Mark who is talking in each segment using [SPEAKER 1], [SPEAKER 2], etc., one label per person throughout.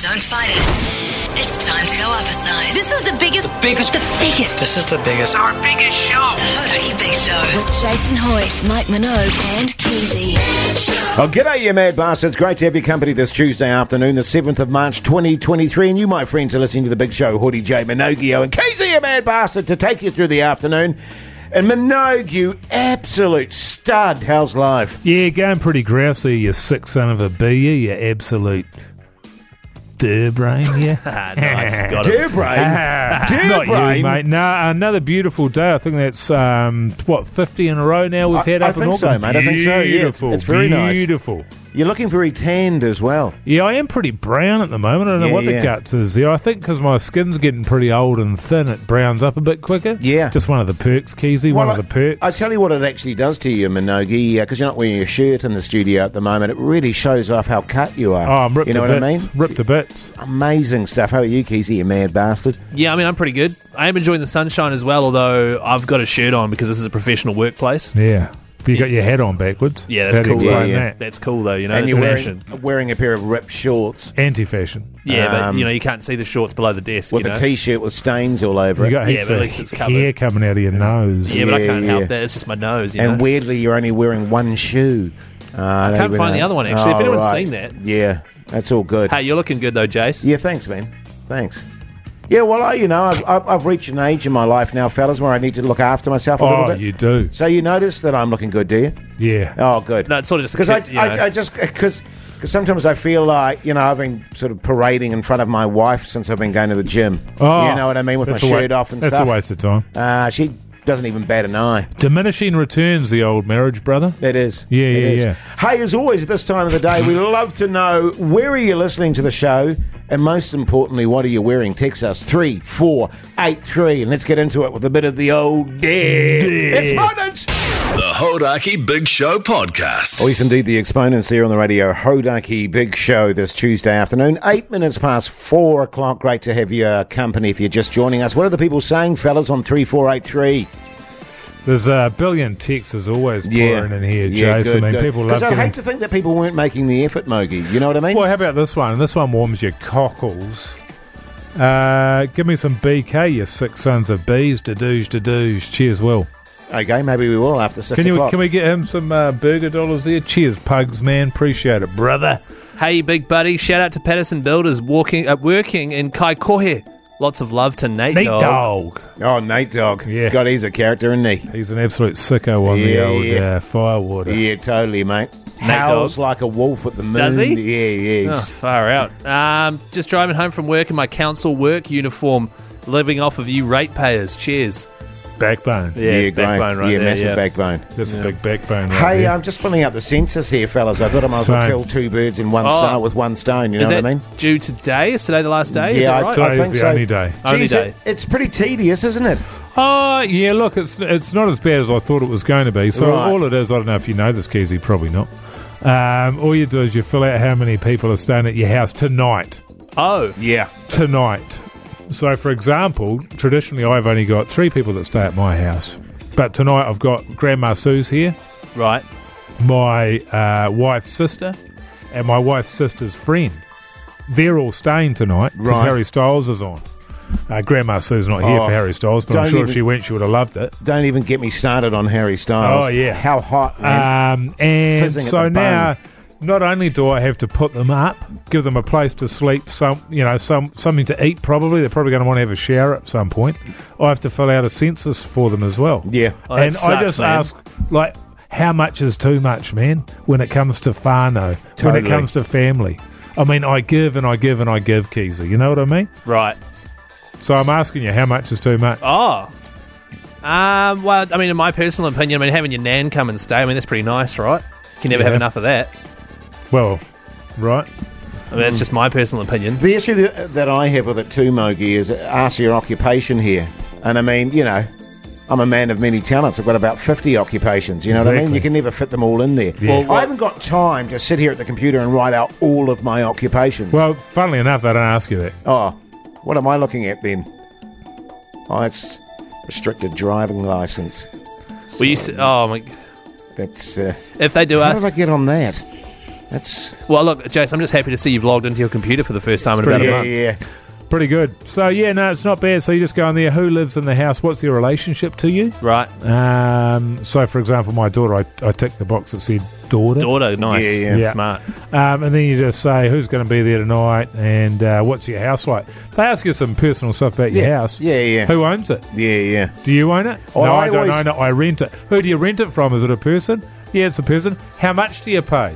[SPEAKER 1] Don't fight it. It's time to go up a size.
[SPEAKER 2] This is the biggest,
[SPEAKER 3] biggest,
[SPEAKER 2] the biggest,
[SPEAKER 3] This is the biggest.
[SPEAKER 4] our biggest show.
[SPEAKER 1] The Hodaki Big Show with Jason Hoyt, Mike Minogue, and Keezy.
[SPEAKER 5] Oh, g'day, you mad bastards. Great to have your company this Tuesday afternoon, the 7th of March, 2023. And you, my friends, are listening to the big show, Hoodie J. Minogio and KZ, you mad bastard, to take you through the afternoon. And Minogue, you absolute stud. How's life?
[SPEAKER 6] Yeah, going pretty grousey, you sick son of a bee, you, you absolute dirbrain, yeah.
[SPEAKER 3] nice, got it.
[SPEAKER 5] Durbrain.
[SPEAKER 6] Not
[SPEAKER 5] Durbrain.
[SPEAKER 6] you, mate. No, another beautiful day. I think that's um, what fifty in a row now we've
[SPEAKER 5] I-
[SPEAKER 6] had
[SPEAKER 5] I
[SPEAKER 6] up in
[SPEAKER 5] think so,
[SPEAKER 6] Auckland.
[SPEAKER 5] mate. I think so, yeah. It's-
[SPEAKER 6] Beautiful,
[SPEAKER 5] it's very nice.
[SPEAKER 6] beautiful.
[SPEAKER 5] You're looking very tanned as well.
[SPEAKER 6] Yeah, I am pretty brown at the moment. I don't
[SPEAKER 5] Yeah,
[SPEAKER 6] know what
[SPEAKER 5] yeah.
[SPEAKER 6] the guts is there. I think because my skin's getting pretty old and thin, it browns up a bit quicker.
[SPEAKER 5] Yeah.
[SPEAKER 6] just one of the perks, Keezy. one
[SPEAKER 5] Well,
[SPEAKER 6] of the perks.
[SPEAKER 5] I, I tell you what it actually does to you, Minogi, because you're not wearing your shirt in the studio at the moment. It really shows off how cut you are.
[SPEAKER 6] oh, I'm ripped
[SPEAKER 5] you know
[SPEAKER 6] to
[SPEAKER 5] what
[SPEAKER 6] bits.
[SPEAKER 5] I mean?
[SPEAKER 6] Ripped to bits.
[SPEAKER 5] Amazing stuff. How are you, Keezy, you mad bastard?
[SPEAKER 3] Yeah, I mean, I'm pretty good. I am enjoying the sunshine as well, although I've got a shirt on because this is a professional workplace.
[SPEAKER 6] Yeah, but you got your head on backwards.
[SPEAKER 3] Yeah, that's
[SPEAKER 6] That'd
[SPEAKER 3] cool.
[SPEAKER 5] Yeah,
[SPEAKER 6] explain
[SPEAKER 5] yeah.
[SPEAKER 6] that.
[SPEAKER 3] That's cool, though, you know,
[SPEAKER 5] and
[SPEAKER 3] it's
[SPEAKER 5] you're
[SPEAKER 3] fashion.
[SPEAKER 5] wearing, wearing a pair of ripped shorts
[SPEAKER 6] anti-fashion.
[SPEAKER 3] Yeah,
[SPEAKER 5] Um,
[SPEAKER 3] but, you know, you can't see the shorts below the desk,
[SPEAKER 5] with
[SPEAKER 3] you know?
[SPEAKER 5] a t-shirt with stains all over
[SPEAKER 6] You
[SPEAKER 5] it.
[SPEAKER 6] got
[SPEAKER 3] Yeah,
[SPEAKER 6] heaps
[SPEAKER 3] but at
[SPEAKER 6] of
[SPEAKER 3] least it's
[SPEAKER 6] hair
[SPEAKER 3] covered.
[SPEAKER 6] coming out of your nose.
[SPEAKER 3] yeah, but I
[SPEAKER 5] Yeah,
[SPEAKER 3] can't
[SPEAKER 5] yeah.
[SPEAKER 3] help that. It's just my nose, you
[SPEAKER 5] and
[SPEAKER 3] know?
[SPEAKER 5] weirdly, you're only wearing one shoe. Uh, I don't
[SPEAKER 3] can't
[SPEAKER 5] even
[SPEAKER 3] find the other one, actually. If
[SPEAKER 5] Oh,
[SPEAKER 3] anyone's seen that.
[SPEAKER 5] yeah, that's all good.
[SPEAKER 3] Hey, you're looking good, though, Jace.
[SPEAKER 5] Yeah, thanks, man. Thanks. Yeah, well, I, you know, I've, I've, I've reached an age in my life now, fellas, where I need to look after myself a little
[SPEAKER 6] Oh,
[SPEAKER 5] bit.
[SPEAKER 6] you do.
[SPEAKER 5] So you notice that I'm looking good, do you?
[SPEAKER 6] Yeah.
[SPEAKER 5] Oh, good.
[SPEAKER 3] No, it's sort of just a
[SPEAKER 5] because I,
[SPEAKER 3] kid, you know.
[SPEAKER 5] I, I just because because sometimes I feel like you know I've been sort of parading in front of my wife since I've been going to the gym.
[SPEAKER 6] Oh,
[SPEAKER 5] you know what I mean with my
[SPEAKER 6] that's a
[SPEAKER 5] shirt
[SPEAKER 6] wa-
[SPEAKER 5] off and
[SPEAKER 6] that's
[SPEAKER 5] stuff.
[SPEAKER 6] a waste of time.
[SPEAKER 5] Uh, she doesn't even bat an eye.
[SPEAKER 6] Diminishing returns, the old marriage, brother.
[SPEAKER 5] It is.
[SPEAKER 6] Yeah,
[SPEAKER 5] It
[SPEAKER 6] yeah,
[SPEAKER 5] is.
[SPEAKER 6] yeah.
[SPEAKER 5] Hey, as always, at this time of the day, we love to know where are you listening to the show, and most importantly, what are you wearing? Text us three four eight three, and let's get into it with a bit of the old dead. Exponents.
[SPEAKER 7] The Hodaki Big Show Podcast.
[SPEAKER 5] Oh, yes, indeed, the exponents there on the radio. Hodaki Big Show this Tuesday afternoon, eight minutes past four o'clock. Great to have your company if you're just joining us. What are the people saying, fellas, on three four eight three?
[SPEAKER 6] There's a billion texts as always pouring in here, Jace. I mean, people love
[SPEAKER 5] Because I'd
[SPEAKER 6] getting.
[SPEAKER 5] hate to think that people weren't making the effort, Mogi. You know what I mean?
[SPEAKER 6] Well, how about this one? This one warms your cockles. Uh, give me some BK, you six sons of bees. Dadooge, dadooge. Cheers, Will.
[SPEAKER 5] Okay, maybe we will after six
[SPEAKER 6] Can you
[SPEAKER 5] o'clock.
[SPEAKER 6] can we get him some uh, burger dollars there? Cheers, pugs, man. Appreciate it, brother.
[SPEAKER 3] Hey, big buddy. Shout out to Patterson Builders walking, uh, working in Kaikohe. Lots of love to Nate,
[SPEAKER 6] Neat
[SPEAKER 3] dog.
[SPEAKER 6] dog.
[SPEAKER 5] oh, Nate Dog.
[SPEAKER 6] Yeah.
[SPEAKER 5] God, he's a character, isn't he?
[SPEAKER 6] He's an absolute sicko on
[SPEAKER 5] Yeah,
[SPEAKER 6] the old
[SPEAKER 5] yeah.
[SPEAKER 6] uh, firewater.
[SPEAKER 5] Yeah, totally, mate. Howls like a wolf at the moon.
[SPEAKER 3] Does he?
[SPEAKER 5] Yeah, yeah.
[SPEAKER 3] Oh,
[SPEAKER 5] he's-
[SPEAKER 3] far out. Um, just driving home from work in my council work uniform, living off of you ratepayers. Cheers.
[SPEAKER 6] Backbone.
[SPEAKER 3] Yeah, it's
[SPEAKER 5] great.
[SPEAKER 3] backbone right
[SPEAKER 5] yeah,
[SPEAKER 3] there,
[SPEAKER 5] massive
[SPEAKER 3] yeah.
[SPEAKER 5] backbone.
[SPEAKER 6] That's a big backbone right
[SPEAKER 5] Hey, um,
[SPEAKER 6] there.
[SPEAKER 5] I'm just filling out the census here, fellas. I thought I might as well
[SPEAKER 6] Same.
[SPEAKER 5] kill two birds in one
[SPEAKER 3] Oh.
[SPEAKER 5] star with one stone. You know
[SPEAKER 3] Is
[SPEAKER 5] what
[SPEAKER 3] that
[SPEAKER 5] I mean?
[SPEAKER 3] due today? Is today the last day? Is
[SPEAKER 5] yeah,
[SPEAKER 3] that
[SPEAKER 5] I,
[SPEAKER 3] right?
[SPEAKER 5] I
[SPEAKER 6] Today's
[SPEAKER 5] think
[SPEAKER 6] the
[SPEAKER 5] so.
[SPEAKER 6] only day.
[SPEAKER 5] Jeez,
[SPEAKER 3] Only
[SPEAKER 5] it-
[SPEAKER 3] day.
[SPEAKER 5] it's pretty tedious, isn't it?
[SPEAKER 6] Oh, yeah, look, it's it's not as bad as I thought it was going to be. So
[SPEAKER 5] Right.
[SPEAKER 6] all it is, I don't know if you know this, Keezy, probably not. Um, all you do is you fill out how many people are staying at your house tonight.
[SPEAKER 3] oh,
[SPEAKER 5] Yeah.
[SPEAKER 6] Tonight. So, for example, traditionally I've only got three people that stay at my house. But tonight I've got Grandma Sue's here,
[SPEAKER 3] right.
[SPEAKER 6] my uh, wife's sister, and my wife's sister's friend. They're all staying tonight because
[SPEAKER 5] Right.
[SPEAKER 6] Harry Styles is on. Uh, Grandma Sue's not here
[SPEAKER 5] Oh,
[SPEAKER 6] for Harry Styles, but I'm
[SPEAKER 5] don't
[SPEAKER 6] sure
[SPEAKER 5] even-
[SPEAKER 6] if she went, she would have loved it.
[SPEAKER 5] Don't even get me started on Harry Styles.
[SPEAKER 6] Oh, yeah.
[SPEAKER 5] How hot, man.
[SPEAKER 6] Um, and
[SPEAKER 5] Fizzing at the
[SPEAKER 6] so
[SPEAKER 5] bone.
[SPEAKER 6] now, not only do I have to put them up, give them a place to sleep, some you know, some something to eat. Probably they're probably going to want to have a shower at some point. I have to fill out a census for them as well.
[SPEAKER 5] yeah.
[SPEAKER 3] Oh, that
[SPEAKER 6] and I
[SPEAKER 3] sucks,
[SPEAKER 6] just
[SPEAKER 3] man.
[SPEAKER 6] ask like. How much is too much, man? When it comes to whānau, when
[SPEAKER 5] Totally.
[SPEAKER 6] it comes to family, I mean, I give and I give and I give, Keezer. You know what I mean?
[SPEAKER 3] Right.
[SPEAKER 6] So I'm asking you, how much is too much?
[SPEAKER 3] Oh. Um, well, I mean, in my personal opinion, I mean, having your nan come and stay, I mean, that's pretty nice, right? You can never have
[SPEAKER 6] Yeah.
[SPEAKER 3] enough of that.
[SPEAKER 6] Well, right?
[SPEAKER 3] I mean,
[SPEAKER 5] Mm.
[SPEAKER 3] that's just my personal opinion.
[SPEAKER 5] The issue that, that I have with it too, Mogi, is ask your occupation here. And I mean, you know, I'm a man of many talents. I've got about 50 occupations. You know what I mean?
[SPEAKER 6] Exactly.
[SPEAKER 5] You can never fit them all in there.
[SPEAKER 6] Yeah. Well,
[SPEAKER 5] I haven't got time to sit here at the computer and write out all of my occupations.
[SPEAKER 6] Well, funnily enough, I don't ask you that.
[SPEAKER 5] oh, what am I looking at then? Oh, it's restricted driving license.
[SPEAKER 3] Well, you s- oh my,
[SPEAKER 5] That's. Uh,
[SPEAKER 3] if they do
[SPEAKER 5] how
[SPEAKER 3] us,
[SPEAKER 5] did I get on that? That's
[SPEAKER 3] Well, look, Jason, I'm just happy to see you've logged into your computer for the first time in about
[SPEAKER 6] pretty
[SPEAKER 3] a
[SPEAKER 5] yeah,
[SPEAKER 3] month.
[SPEAKER 5] yeah.
[SPEAKER 6] Pretty good. So yeah, no, it's not bad. So you just go in there. Who lives in the house? What's their relationship to you?
[SPEAKER 3] Right,
[SPEAKER 6] Um, so for example, my daughter, I, I ticked the box that said daughter,
[SPEAKER 3] daughter, nice,
[SPEAKER 5] Yeah,
[SPEAKER 6] yeah.
[SPEAKER 3] smart.
[SPEAKER 6] um, and then you just say who's going to be there tonight and uh, what's your house like. They ask you some personal stuff about your
[SPEAKER 5] Yeah,
[SPEAKER 6] house.
[SPEAKER 5] yeah, yeah.
[SPEAKER 6] Who owns it?
[SPEAKER 5] Yeah, yeah.
[SPEAKER 6] Do you own it?
[SPEAKER 5] Oh,
[SPEAKER 6] no,
[SPEAKER 5] I
[SPEAKER 6] I, don't
[SPEAKER 5] always-
[SPEAKER 6] own it. I rent it. Who do you rent it from? Is it a person? Yeah, it's a person. How much do you pay?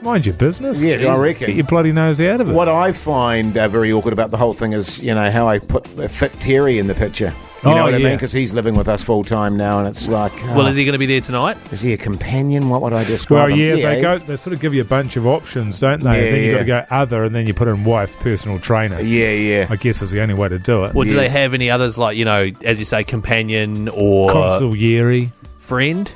[SPEAKER 6] Mind your business.
[SPEAKER 5] Yeah, I
[SPEAKER 6] Jesus,
[SPEAKER 5] reckon.
[SPEAKER 6] Get your bloody nose out of it.
[SPEAKER 5] What I find uh, very awkward about the whole thing is, you know, how I put uh, fit Terry in the picture. You
[SPEAKER 6] Oh,
[SPEAKER 5] know what I mean?
[SPEAKER 6] yeah.
[SPEAKER 5] Because he's living with us full time now, and it's like, oh,
[SPEAKER 3] Well, is he going to be there tonight?
[SPEAKER 5] is he a companion? What would I describe?
[SPEAKER 6] Well,
[SPEAKER 5] him?
[SPEAKER 6] yeah, they go. They sort of give you a bunch of options, don't they?
[SPEAKER 5] Yeah,
[SPEAKER 6] and then you got to
[SPEAKER 5] yeah.
[SPEAKER 6] go other, and then you put in wife, personal trainer.
[SPEAKER 5] Yeah, yeah.
[SPEAKER 6] I guess is the only way to do it.
[SPEAKER 3] Or do they
[SPEAKER 5] Yes.
[SPEAKER 3] have any others like you know, as you say, companion or
[SPEAKER 6] Consigliere,
[SPEAKER 3] friend,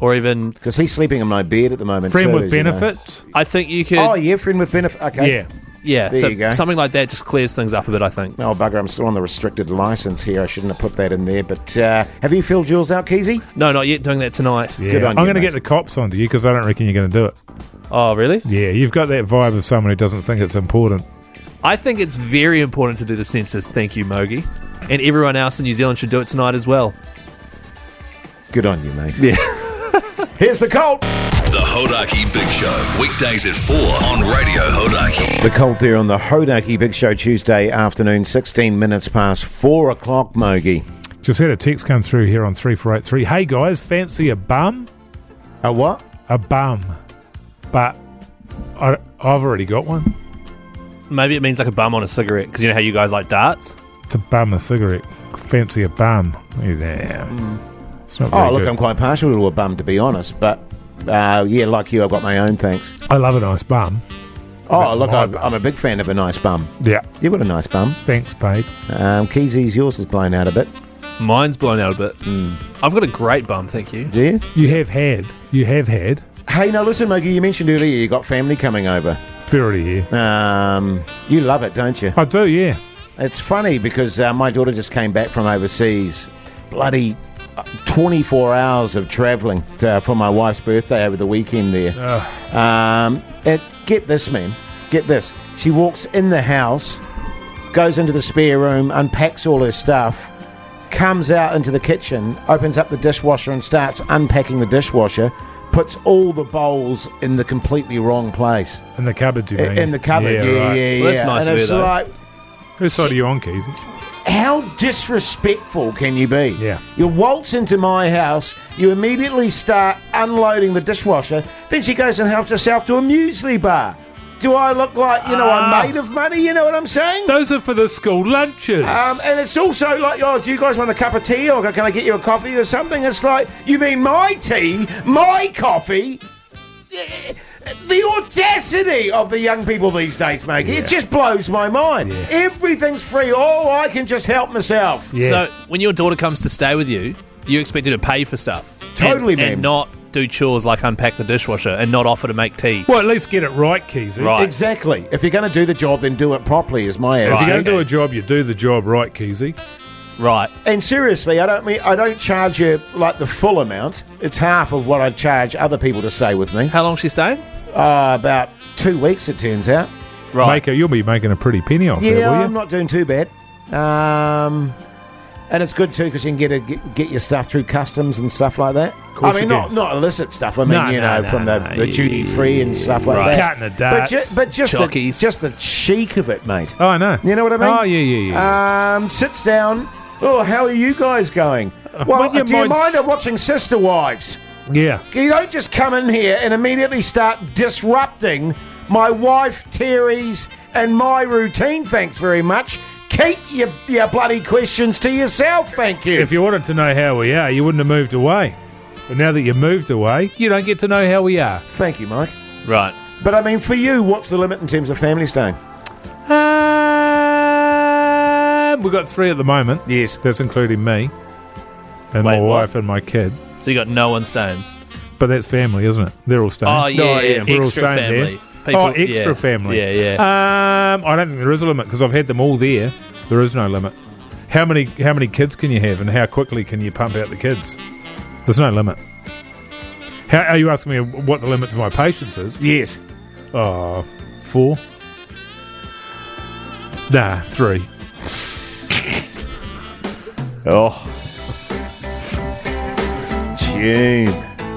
[SPEAKER 3] or even?
[SPEAKER 5] Because he's sleeping in my bed at the moment.
[SPEAKER 6] friend
[SPEAKER 5] too,
[SPEAKER 6] with
[SPEAKER 5] as you know.
[SPEAKER 6] benefits.
[SPEAKER 3] I think you could.
[SPEAKER 5] Oh, yeah, friend with benefit. Okay.
[SPEAKER 6] Yeah,
[SPEAKER 3] yeah,
[SPEAKER 5] there
[SPEAKER 3] so
[SPEAKER 5] you go.
[SPEAKER 3] something like that just clears things up a bit. I think.
[SPEAKER 5] Oh, bugger, I'm still on the restricted license here. I shouldn't have put that in there. But uh, have you filled yours out, Keezy?
[SPEAKER 3] No, not yet. Doing that tonight.
[SPEAKER 6] yeah.
[SPEAKER 5] Good on
[SPEAKER 6] I'm
[SPEAKER 5] you,
[SPEAKER 6] going to
[SPEAKER 5] mate.
[SPEAKER 6] get the cops onto you because I don't reckon you're going to do it.
[SPEAKER 3] Oh, really?
[SPEAKER 6] Yeah, you've got that vibe of someone who doesn't think it's important.
[SPEAKER 3] I think it's very important to do the census. Thank you, Mogi, and everyone else in New Zealand should do it tonight as well.
[SPEAKER 5] Good on you, mate.
[SPEAKER 3] Yeah.
[SPEAKER 5] Here's the Colt.
[SPEAKER 7] The Hodaki Big Show, weekdays at 4 on Radio Hodaki.
[SPEAKER 5] The Colt there on the Hodaki Big Show Tuesday afternoon, 16 minutes past 4 o'clock, Mogi.
[SPEAKER 6] Just had a text come through here on three four eight three. Hey guys, fancy a bum?
[SPEAKER 5] A what?
[SPEAKER 6] A bum, but I, I've already got one.
[SPEAKER 3] Maybe it means like a bum on a cigarette because you know how you guys like darts.
[SPEAKER 6] It's a bum a cigarette. Fancy a bum? Yeah, there. It's not very
[SPEAKER 5] Oh, look,
[SPEAKER 6] good.
[SPEAKER 5] I'm quite partial to a bum, to be honest. But uh, yeah, like you, I've got my own thanks.
[SPEAKER 6] I love a nice bum.
[SPEAKER 5] Oh, look,
[SPEAKER 6] my
[SPEAKER 5] I'm,
[SPEAKER 6] bum.
[SPEAKER 5] I'm a big fan of a nice bum.
[SPEAKER 6] Yeah.
[SPEAKER 5] You've got a nice bum.
[SPEAKER 6] Thanks, babe.
[SPEAKER 5] Um, Keezy's, yours is blown out a bit.
[SPEAKER 3] Mine's blown out a bit.
[SPEAKER 5] Hmm.
[SPEAKER 3] I've got a great bum. Thank you.
[SPEAKER 5] Do you?
[SPEAKER 6] You have had. You have had.
[SPEAKER 5] Hey, now listen, Mogi, you mentioned earlier you got family coming over.
[SPEAKER 6] Thirty here.
[SPEAKER 5] Um, you love it, don't you?
[SPEAKER 6] I do. Yeah.
[SPEAKER 5] It's funny because uh, my daughter just came back from overseas. Bloody uh, 24 hours of travelling uh, for my wife's birthday over the weekend there. Um, and get this, man. Get this. She walks in the house, goes into the spare room, unpacks all her stuff, comes out into the kitchen, opens up the dishwasher and starts unpacking the dishwasher, puts all the bowls in the completely wrong place.
[SPEAKER 6] In the cupboard, you mean?
[SPEAKER 5] In the cupboard. Yeah, yeah,
[SPEAKER 6] right.
[SPEAKER 5] yeah.
[SPEAKER 3] Well, that's nice
[SPEAKER 5] and
[SPEAKER 3] of her,
[SPEAKER 5] it's
[SPEAKER 3] though.
[SPEAKER 5] like,
[SPEAKER 6] Whose side are you on, Keezy?
[SPEAKER 5] how disrespectful can you be?
[SPEAKER 6] Yeah.
[SPEAKER 5] You waltz into my house, you immediately start unloading the dishwasher, then she goes and helps herself to a muesli bar. Do I look like, you know,
[SPEAKER 6] Ah.
[SPEAKER 5] I'm made of money? You know what I'm saying?
[SPEAKER 6] Those are for the school lunches.
[SPEAKER 5] Um, and it's also like, oh, do you guys want a cup of tea or can I get you a coffee or something? It's like, you mean my tea, my coffee? Eh, The audacity of the young people these days, mate. It just blows my mind.
[SPEAKER 6] Yeah.
[SPEAKER 5] Everything's free. Oh, I can just help myself.
[SPEAKER 6] yeah.
[SPEAKER 3] So when your daughter comes to stay with you, you expect her to pay for stuff.
[SPEAKER 5] Totally,
[SPEAKER 3] and,
[SPEAKER 5] man.
[SPEAKER 3] And not do chores like unpack the dishwasher and not offer to make tea.
[SPEAKER 6] well, at least get it right, Keezy.
[SPEAKER 3] Right.
[SPEAKER 5] Exactly. If you're going to do the job, then do it properly, is my
[SPEAKER 6] If
[SPEAKER 5] attitude.
[SPEAKER 6] you're going
[SPEAKER 3] Right,
[SPEAKER 6] to do
[SPEAKER 3] okay.
[SPEAKER 6] a job, you do the job right, Keezy.
[SPEAKER 3] Right.
[SPEAKER 5] And seriously, I don't mean I don't charge you like the full amount. It's half of what I charge other people to stay with me.
[SPEAKER 3] How long's she staying?
[SPEAKER 5] Uh, about two weeks, it turns out.
[SPEAKER 3] Right.
[SPEAKER 6] Maker, you'll be making a pretty penny off that,
[SPEAKER 5] Yeah,
[SPEAKER 6] will you?
[SPEAKER 5] I'm not doing too bad. Um, and it's good too because you can get, a, get get your stuff through customs and stuff like that. I
[SPEAKER 6] course
[SPEAKER 5] mean,
[SPEAKER 6] you
[SPEAKER 5] not
[SPEAKER 6] can.
[SPEAKER 5] not illicit stuff. I mean,
[SPEAKER 6] No,
[SPEAKER 5] you
[SPEAKER 6] no,
[SPEAKER 5] know,
[SPEAKER 6] no,
[SPEAKER 5] from the,
[SPEAKER 6] no,
[SPEAKER 5] the
[SPEAKER 6] yeah,
[SPEAKER 5] duty free and stuff like
[SPEAKER 3] Right.
[SPEAKER 5] that.
[SPEAKER 6] Cutting the
[SPEAKER 5] but,
[SPEAKER 6] darts.
[SPEAKER 5] ju- but just the,
[SPEAKER 3] Chockies.
[SPEAKER 5] just the chic of it, mate.
[SPEAKER 6] Oh, I know.
[SPEAKER 5] You know what I mean?
[SPEAKER 6] Oh, yeah, yeah, yeah.
[SPEAKER 5] Um, sits down. Oh, how are you guys going? Well,
[SPEAKER 6] would you
[SPEAKER 5] do you
[SPEAKER 6] Uh, mind-
[SPEAKER 5] mind I'm watching Sister Wives?
[SPEAKER 6] yeah.
[SPEAKER 5] You don't just come in here and immediately start disrupting my wife Terry's and my routine. Thanks very much. Keep your, your bloody questions to yourself. Thank you.
[SPEAKER 6] If you wanted to know how we are, you wouldn't have moved away. But now that you moved away, you don't get to know how we are.
[SPEAKER 5] Thank you, Mike.
[SPEAKER 3] Right.
[SPEAKER 5] But I mean, for you, what's the limit in terms of family staying?
[SPEAKER 6] Um, we've got three at the moment.
[SPEAKER 5] Yes.
[SPEAKER 6] That's including me and my
[SPEAKER 3] Wait, what?
[SPEAKER 6] wife and my kid.
[SPEAKER 3] So you got no one staying.
[SPEAKER 6] But that's family, isn't it? They're all staying.
[SPEAKER 3] Oh, yeah, yeah,
[SPEAKER 6] We're all
[SPEAKER 3] extra
[SPEAKER 6] staying
[SPEAKER 3] family.
[SPEAKER 6] there.
[SPEAKER 3] People-
[SPEAKER 6] oh, extra
[SPEAKER 3] yeah,
[SPEAKER 6] family.
[SPEAKER 3] yeah, yeah.
[SPEAKER 6] Um, I don't think there is a limit because I've had them all there. There is no limit. How many how many kids can you have, and how quickly can you pump out the kids? There's no limit. How are you asking me what the limit to my patience is?
[SPEAKER 5] Yes.
[SPEAKER 6] Oh, four? Nah, three.
[SPEAKER 5] Oh. Tune.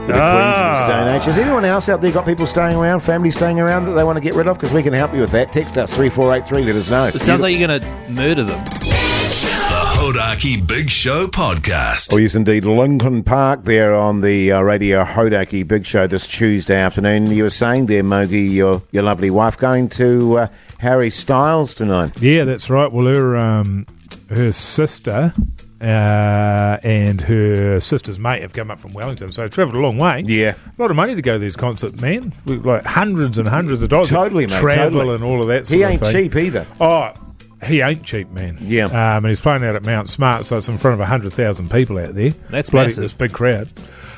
[SPEAKER 5] Bit of Queens
[SPEAKER 3] Ah.
[SPEAKER 5] in the Stone Age. Has anyone else out there got people staying around, family staying around that they want to get rid of? Because we can help you with that. Text us 3483, let us know.
[SPEAKER 3] It sounds like you're going to murder them.
[SPEAKER 7] The Hodaki Big Show Podcast.
[SPEAKER 5] Oh, yes, indeed. Lincoln Park there on the uh, Radio Hodaki Big Show this Tuesday afternoon. You were saying there, Mogi, your, your lovely wife, going to uh, Harry Styles tonight.
[SPEAKER 6] Yeah, that's right. Well, her um, her sister uh, and her sister's mate have come up from Wellington, so travelled a long way.
[SPEAKER 5] Yeah.
[SPEAKER 6] a lot of money to go to these concerts, man. We- Like hundreds and hundreds of dollars.
[SPEAKER 5] Totally, mate,
[SPEAKER 6] Travel
[SPEAKER 5] totally.
[SPEAKER 6] and all of that. Sort
[SPEAKER 5] He
[SPEAKER 6] of
[SPEAKER 5] ain't
[SPEAKER 6] thing.
[SPEAKER 5] cheap either.
[SPEAKER 6] Oh, he ain't cheap, man.
[SPEAKER 5] Yeah.
[SPEAKER 6] Um, and he's playing out at Mount Smart, so it's in front of 100,000 people out there.
[SPEAKER 3] That's
[SPEAKER 6] Bloody-
[SPEAKER 3] massive.
[SPEAKER 6] This big crowd.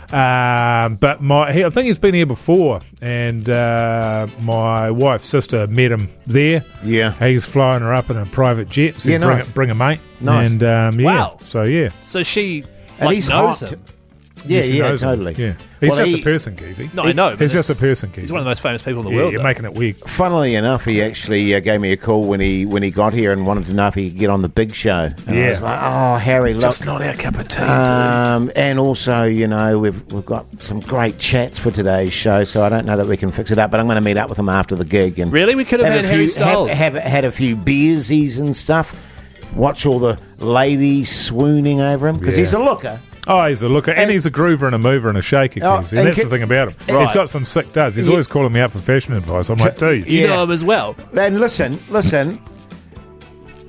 [SPEAKER 6] Um, but my, he, I think he's been here before, and uh, my wife's sister met him there.
[SPEAKER 5] Yeah.
[SPEAKER 6] He's flying her up in a private jet. So
[SPEAKER 5] Yeah,
[SPEAKER 6] bring,
[SPEAKER 5] nice.
[SPEAKER 6] a, bring a mate.
[SPEAKER 5] Nice.
[SPEAKER 6] And um, yeah.
[SPEAKER 3] Wow.
[SPEAKER 6] So yeah.
[SPEAKER 3] So she
[SPEAKER 5] And
[SPEAKER 3] like,
[SPEAKER 5] he's
[SPEAKER 3] knows
[SPEAKER 5] hot.
[SPEAKER 3] him.
[SPEAKER 5] Yeah,
[SPEAKER 6] She
[SPEAKER 5] yeah,
[SPEAKER 6] knows him.
[SPEAKER 5] totally.
[SPEAKER 6] Yeah. He's
[SPEAKER 5] Well,
[SPEAKER 6] just
[SPEAKER 5] he-
[SPEAKER 6] a person, Keezy.
[SPEAKER 3] No, I know. but
[SPEAKER 6] He's just a
[SPEAKER 3] it's-
[SPEAKER 6] person, Keezy.
[SPEAKER 3] He's one of the most famous people in the
[SPEAKER 6] yeah,
[SPEAKER 3] world.
[SPEAKER 6] you're
[SPEAKER 3] though.
[SPEAKER 6] making it weird.
[SPEAKER 5] Funnily enough, he actually uh, gave me a call when he when he got here and wanted to know if he could get on the big show. And I
[SPEAKER 6] Yeah.
[SPEAKER 5] was like, oh, Harry, look.
[SPEAKER 3] Just not our cup of tea, dude.
[SPEAKER 5] um, and also, you know, we've, we've got some great chats for today's show, so I don't know that we can fix it up, but I'm going to meet up with him after the gig. And
[SPEAKER 3] Really? We could have
[SPEAKER 5] had
[SPEAKER 3] had Harry
[SPEAKER 5] few,
[SPEAKER 3] Styles.
[SPEAKER 5] Have, have, had a few beersies and stuff. Watch all the ladies swooning over him because
[SPEAKER 6] Yeah.
[SPEAKER 5] he's a looker.
[SPEAKER 6] Oh, he's a looker, and,
[SPEAKER 5] And-
[SPEAKER 6] he's a groover and a mover and a shaker.
[SPEAKER 5] Oh,
[SPEAKER 6] Keezy.
[SPEAKER 5] and
[SPEAKER 6] and that's
[SPEAKER 5] ca-
[SPEAKER 6] the thing about him.
[SPEAKER 5] Right.
[SPEAKER 6] He's got some sick duds. He's
[SPEAKER 5] Yeah.
[SPEAKER 6] always calling me up for fashion advice. I'm like, dude,
[SPEAKER 3] You
[SPEAKER 5] yeah.
[SPEAKER 3] know him as well.
[SPEAKER 5] And listen, listen,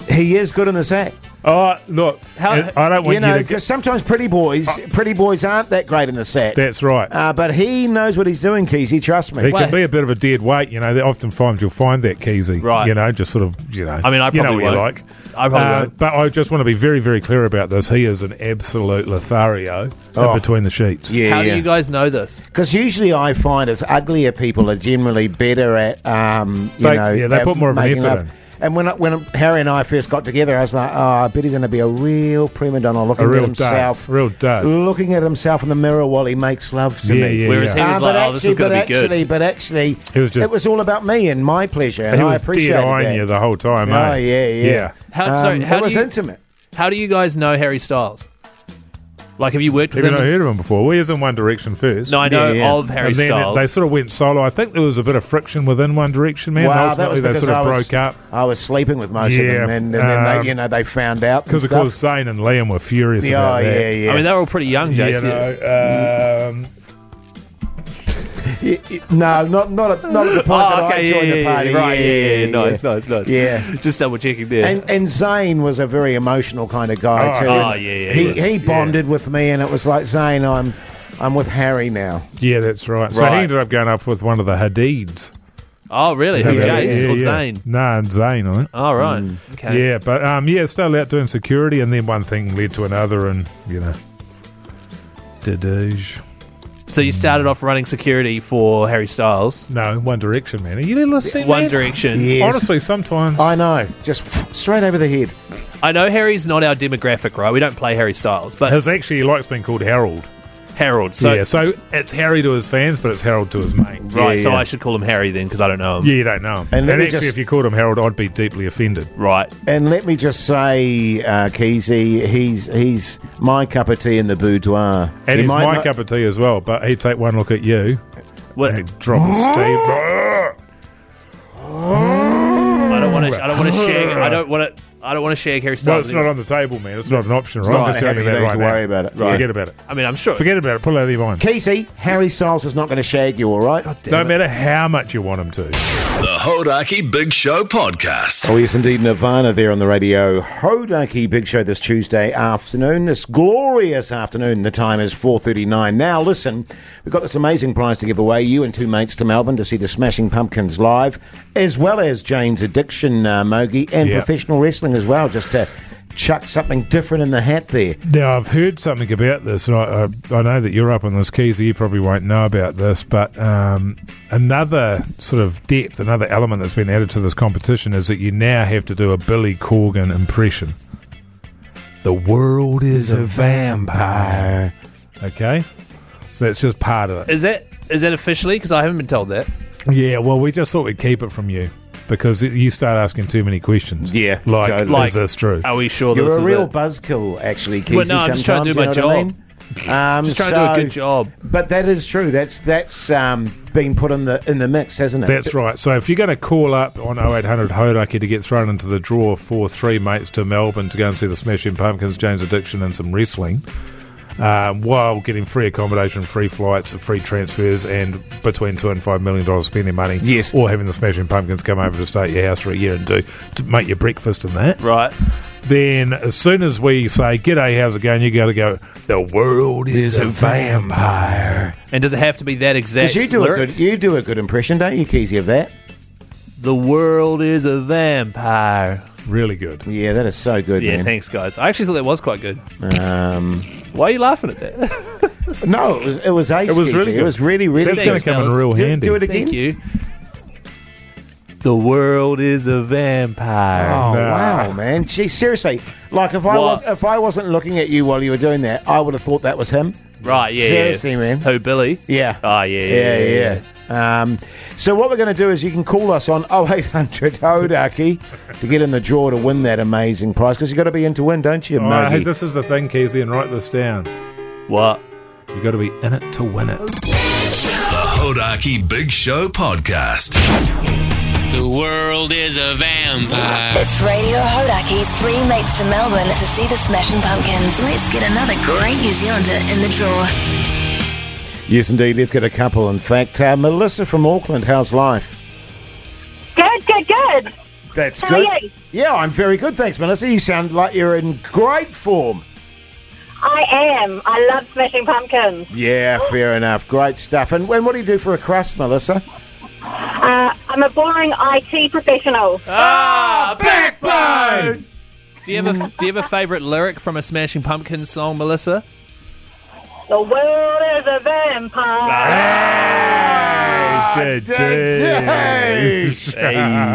[SPEAKER 5] he is good in this act.
[SPEAKER 6] oh, look,
[SPEAKER 5] How-
[SPEAKER 6] I don't want
[SPEAKER 5] you know
[SPEAKER 6] to get. Uh,
[SPEAKER 5] because sometimes pretty boys, pretty boys aren't that great in the set.
[SPEAKER 6] That's right.
[SPEAKER 5] Uh, but he knows what he's doing, Keezy. Trust me.
[SPEAKER 6] he
[SPEAKER 3] Wait.
[SPEAKER 6] can be a bit of a dead weight, you know. That oftentimes you'll find that Keezy,
[SPEAKER 3] Right.
[SPEAKER 6] You know, just sort of, you know.
[SPEAKER 3] I mean, I
[SPEAKER 6] you know
[SPEAKER 3] probably
[SPEAKER 6] what you
[SPEAKER 3] won't.
[SPEAKER 6] like. Uh,
[SPEAKER 3] I probably won't.
[SPEAKER 6] But I just want to be very, very clear about this. He is an absolute Lothario
[SPEAKER 5] Oh.
[SPEAKER 6] in between the sheets.
[SPEAKER 5] yeah,
[SPEAKER 3] How do you guys know this?
[SPEAKER 5] Because usually I find as uglier people are generally better at, um, you
[SPEAKER 6] They-
[SPEAKER 5] know,
[SPEAKER 6] yeah, they
[SPEAKER 5] at
[SPEAKER 6] put more of an
[SPEAKER 5] making
[SPEAKER 6] effort
[SPEAKER 5] love.
[SPEAKER 6] in.
[SPEAKER 5] And when I, when Harry and I first got together, I was like, oh, I bet he's going to be a real prima donna looking
[SPEAKER 6] A real
[SPEAKER 5] at himself,
[SPEAKER 6] dud, real dud.
[SPEAKER 5] looking at himself in the mirror while he makes love to
[SPEAKER 6] Yeah,
[SPEAKER 5] me.
[SPEAKER 6] yeah,
[SPEAKER 3] Whereas
[SPEAKER 6] yeah.
[SPEAKER 3] he was
[SPEAKER 5] Ah,
[SPEAKER 3] like, oh, this is
[SPEAKER 5] but
[SPEAKER 3] going to be
[SPEAKER 5] actually,
[SPEAKER 3] good.
[SPEAKER 5] but actually,
[SPEAKER 6] He was just-
[SPEAKER 5] it was all about me and my pleasure, and
[SPEAKER 6] He
[SPEAKER 5] I
[SPEAKER 6] was
[SPEAKER 5] appreciate
[SPEAKER 6] dead eyeing you
[SPEAKER 5] that.
[SPEAKER 6] the whole time.
[SPEAKER 5] Oh yeah,
[SPEAKER 6] eh?
[SPEAKER 5] yeah,
[SPEAKER 6] yeah.
[SPEAKER 3] How, so
[SPEAKER 5] Um,
[SPEAKER 3] how
[SPEAKER 5] it
[SPEAKER 3] do
[SPEAKER 5] was
[SPEAKER 3] you,
[SPEAKER 5] intimate.
[SPEAKER 3] How do you guys know Harry Styles? Like, have you worked with
[SPEAKER 6] Even
[SPEAKER 3] him?
[SPEAKER 6] I heard of him before. Well, he was in One Direction first.
[SPEAKER 3] no, I know
[SPEAKER 5] Yeah, yeah.
[SPEAKER 3] of Harry
[SPEAKER 6] and then
[SPEAKER 3] Styles.
[SPEAKER 6] they sort of went solo. I think there was a bit of friction within One Direction, man.
[SPEAKER 5] Wow, that was
[SPEAKER 6] Ultimately,
[SPEAKER 5] because
[SPEAKER 6] they sort
[SPEAKER 5] I
[SPEAKER 6] of
[SPEAKER 5] was,
[SPEAKER 6] broke up
[SPEAKER 5] I was sleeping with most
[SPEAKER 6] Yeah,
[SPEAKER 5] of them, and, and then
[SPEAKER 6] um,
[SPEAKER 5] they, you know they found out and
[SPEAKER 6] because, of
[SPEAKER 5] stuff.
[SPEAKER 6] course, Zane and Liam were furious
[SPEAKER 5] Yeah,
[SPEAKER 6] about
[SPEAKER 5] oh, yeah,
[SPEAKER 6] that.
[SPEAKER 5] yeah. Oh,
[SPEAKER 3] I mean, they were all pretty young,
[SPEAKER 6] You
[SPEAKER 3] JC.
[SPEAKER 6] know, um,
[SPEAKER 5] Y- y- no, not not at, not at the point that I joined the party.
[SPEAKER 3] right, Oh, yeah, yeah, nice,
[SPEAKER 5] yeah.
[SPEAKER 3] nice, nice.
[SPEAKER 5] Yeah.
[SPEAKER 3] just double checking there.
[SPEAKER 5] And and Zane was a very emotional kind of guy
[SPEAKER 6] Oh,
[SPEAKER 5] too.
[SPEAKER 3] oh,
[SPEAKER 5] and
[SPEAKER 3] yeah, yeah,
[SPEAKER 5] He
[SPEAKER 3] yeah.
[SPEAKER 5] he bonded with me, and it was like Zane, I'm I'm with Harry now.
[SPEAKER 6] yeah, that's right. So he
[SPEAKER 3] Right.
[SPEAKER 6] ended up going up with one of the Hadids.
[SPEAKER 3] oh, really? Who,
[SPEAKER 5] Yeah,
[SPEAKER 3] Jace or Zane?
[SPEAKER 6] Nah, Zane, I think.
[SPEAKER 3] All right.
[SPEAKER 5] Mm.
[SPEAKER 3] Okay.
[SPEAKER 6] Yeah, but um, yeah, still out doing security, and then one thing led to another, and, you know. Didage.
[SPEAKER 3] So you started off running security for Harry Styles,
[SPEAKER 6] No, One Direction, man. Are you listening?
[SPEAKER 3] One
[SPEAKER 6] man?
[SPEAKER 3] Direction.
[SPEAKER 5] Yeah. Yes.
[SPEAKER 6] Honestly, sometimes.
[SPEAKER 5] I know, just straight over the head.
[SPEAKER 3] I know Harry's not our demographic, right? We don't play Harry Styles, but
[SPEAKER 6] His actually he likes being called Harold.
[SPEAKER 3] Harold. So
[SPEAKER 6] yeah, so it's Harry to his fans, but it's Harold to his mates.
[SPEAKER 3] right.
[SPEAKER 5] Yeah,
[SPEAKER 3] So
[SPEAKER 5] yeah.
[SPEAKER 3] I should call him Harry then because I don't know him.
[SPEAKER 6] Yeah, you don't know him.
[SPEAKER 5] And
[SPEAKER 6] And,
[SPEAKER 5] let me
[SPEAKER 6] actually,
[SPEAKER 5] just-
[SPEAKER 6] if you called him Harold, I'd be deeply offended.
[SPEAKER 3] Right.
[SPEAKER 5] And let me just say, uh, Keezy, he's he's my cup of tea in the boudoir.
[SPEAKER 6] And
[SPEAKER 5] He
[SPEAKER 6] he's
[SPEAKER 5] might
[SPEAKER 6] my
[SPEAKER 5] not-
[SPEAKER 6] cup of tea as well, but he'd take one look at you
[SPEAKER 3] Well,
[SPEAKER 6] and he'd drop his steam.
[SPEAKER 3] I don't want to. I don't want to share. I don't want to. I don't want to share Harry
[SPEAKER 6] Well,
[SPEAKER 3] Styles.
[SPEAKER 6] it's not on the table, man. It's not an option, right?
[SPEAKER 3] not.
[SPEAKER 6] I'm just telling you
[SPEAKER 5] You
[SPEAKER 6] that
[SPEAKER 5] don't
[SPEAKER 6] right
[SPEAKER 5] need to worry
[SPEAKER 6] now.
[SPEAKER 5] about it.
[SPEAKER 6] Forget
[SPEAKER 5] Right.
[SPEAKER 6] about it.
[SPEAKER 3] I mean, I'm sure.
[SPEAKER 6] Forget about it. Pull it out of your mind.
[SPEAKER 5] Keezy, Harry Styles is not going to shag you, all right?
[SPEAKER 6] No matter how much you want him to.
[SPEAKER 7] The Hodaki Big Show Podcast.
[SPEAKER 5] Oh, yes, indeed. Nirvana there on the radio. Hodaki Big Show this Tuesday afternoon, this glorious afternoon. The time is 4.39. Now, listen, we've got this amazing prize to give away. You and two mates to Melbourne to see the Smashing Pumpkins live, as well as Jane's Addiction, uh, Mogi, and
[SPEAKER 6] Yeah.
[SPEAKER 5] professional wrestling as well, just to chuck something different in the hat there.
[SPEAKER 6] Now, I've heard something about this, and I, I, I know that you're up on this, Keezy. You probably won't know about this, but um, another sort of depth, another element that's been added to this competition is that you now have to do a Billy Corgan impression. The world is a vampire. Okay? So that's just part of it.
[SPEAKER 3] Is that is that officially? Because I haven't been told that.
[SPEAKER 6] Yeah, well, we just thought we'd keep it from you because it- you start asking too many questions.
[SPEAKER 5] Yeah,
[SPEAKER 6] like
[SPEAKER 5] totally. uh,
[SPEAKER 3] Like-
[SPEAKER 6] is this true?
[SPEAKER 3] Are we sure this
[SPEAKER 5] You're a
[SPEAKER 3] is
[SPEAKER 5] real
[SPEAKER 3] it?
[SPEAKER 5] buzzkill, actually, Keezy.
[SPEAKER 3] Well, no, I'm just trying to do
[SPEAKER 5] sometimes,
[SPEAKER 3] my
[SPEAKER 5] you know
[SPEAKER 3] job.
[SPEAKER 5] what I mean? Um,
[SPEAKER 3] Just trying to do a good job.
[SPEAKER 5] But that is true. That's that's um, been put in the in the mix, hasn't it?
[SPEAKER 6] That's right. So if you're going to call up on 0800 Hodaki to get thrown into the draw for three mates to Melbourne to go and see the Smashing Pumpkins, Jane's Addiction, and some wrestling, um, while getting free accommodation, free flights, free transfers, and between two and five million dollars spending money,
[SPEAKER 5] Yes.
[SPEAKER 6] or having the Smashing Pumpkins come over to stay at your house for a year and do to make your breakfast and that,
[SPEAKER 3] Right.
[SPEAKER 6] then as soon as we say "G'day, how's it going?" you got to go. The world is a vampire.
[SPEAKER 3] And does it have to be that exact?
[SPEAKER 5] Because you do a
[SPEAKER 3] lyric?
[SPEAKER 5] good you do a good impression, don't you, Keezy, of that?
[SPEAKER 3] The world is a vampire.
[SPEAKER 6] Really good.
[SPEAKER 5] Yeah, that is so good,
[SPEAKER 3] Yeah,
[SPEAKER 5] man.
[SPEAKER 3] thanks, guys. I actually thought that was quite good.
[SPEAKER 5] Um,
[SPEAKER 3] Why are you laughing at that?
[SPEAKER 5] no, it was it was ace,
[SPEAKER 6] It was
[SPEAKER 5] Keezy.
[SPEAKER 6] really
[SPEAKER 5] It
[SPEAKER 6] good.
[SPEAKER 5] was really really.
[SPEAKER 6] That's
[SPEAKER 5] good.
[SPEAKER 6] going to
[SPEAKER 3] Thanks,
[SPEAKER 6] come in
[SPEAKER 3] fellas.
[SPEAKER 6] real
[SPEAKER 5] Do-
[SPEAKER 6] handy.
[SPEAKER 5] do it again.
[SPEAKER 3] Thank you. The world is a vampire.
[SPEAKER 5] Oh
[SPEAKER 6] Nah.
[SPEAKER 5] wow, man! Gee, seriously, like if I
[SPEAKER 3] What?
[SPEAKER 5] was, if I wasn't looking at you while you were doing that, I would have thought that was him.
[SPEAKER 3] Right, yeah. yeah.
[SPEAKER 5] Seriously, man.
[SPEAKER 3] Who, Billy?
[SPEAKER 5] Yeah.
[SPEAKER 3] Oh, yeah.
[SPEAKER 5] Yeah, yeah. Um, so what we're going to do is you can call us on 0800 Hodaki to get in the draw to win that amazing prize because you got to be in to win, don't you,
[SPEAKER 6] All right, hey,
[SPEAKER 5] Mogi?
[SPEAKER 6] this is the thing, Keezy, and write this down.
[SPEAKER 3] What?
[SPEAKER 6] You got to be in it to win it.
[SPEAKER 7] The Hodaki Big Show Podcast.
[SPEAKER 2] The world is a vampire.
[SPEAKER 1] It's Radio Hodaki's three mates to Melbourne to see the Smashing Pumpkins. Let's get another great New Zealander in the draw.
[SPEAKER 5] Yes, indeed. Let's get a couple. In fact, uh, Melissa from Auckland, how's life?
[SPEAKER 4] Good, good, good.
[SPEAKER 5] That's
[SPEAKER 4] How are
[SPEAKER 5] good.
[SPEAKER 4] you?
[SPEAKER 5] Yeah, I'm very good, thanks, Melissa. You sound like you're in great form.
[SPEAKER 4] I am. I love smashing pumpkins.
[SPEAKER 5] Yeah,
[SPEAKER 4] Oh.
[SPEAKER 5] fair enough. Great stuff. And, and what do you do for a crust, Melissa?
[SPEAKER 4] Uh, I'm a boring IT professional.
[SPEAKER 3] Ah, backbone! Do you, have a, do you have a favourite lyric from a Smashing Pumpkins song, Melissa?
[SPEAKER 4] The world is a vampire.
[SPEAKER 5] Ah,
[SPEAKER 6] Hey,
[SPEAKER 5] Jeez.
[SPEAKER 6] Uh,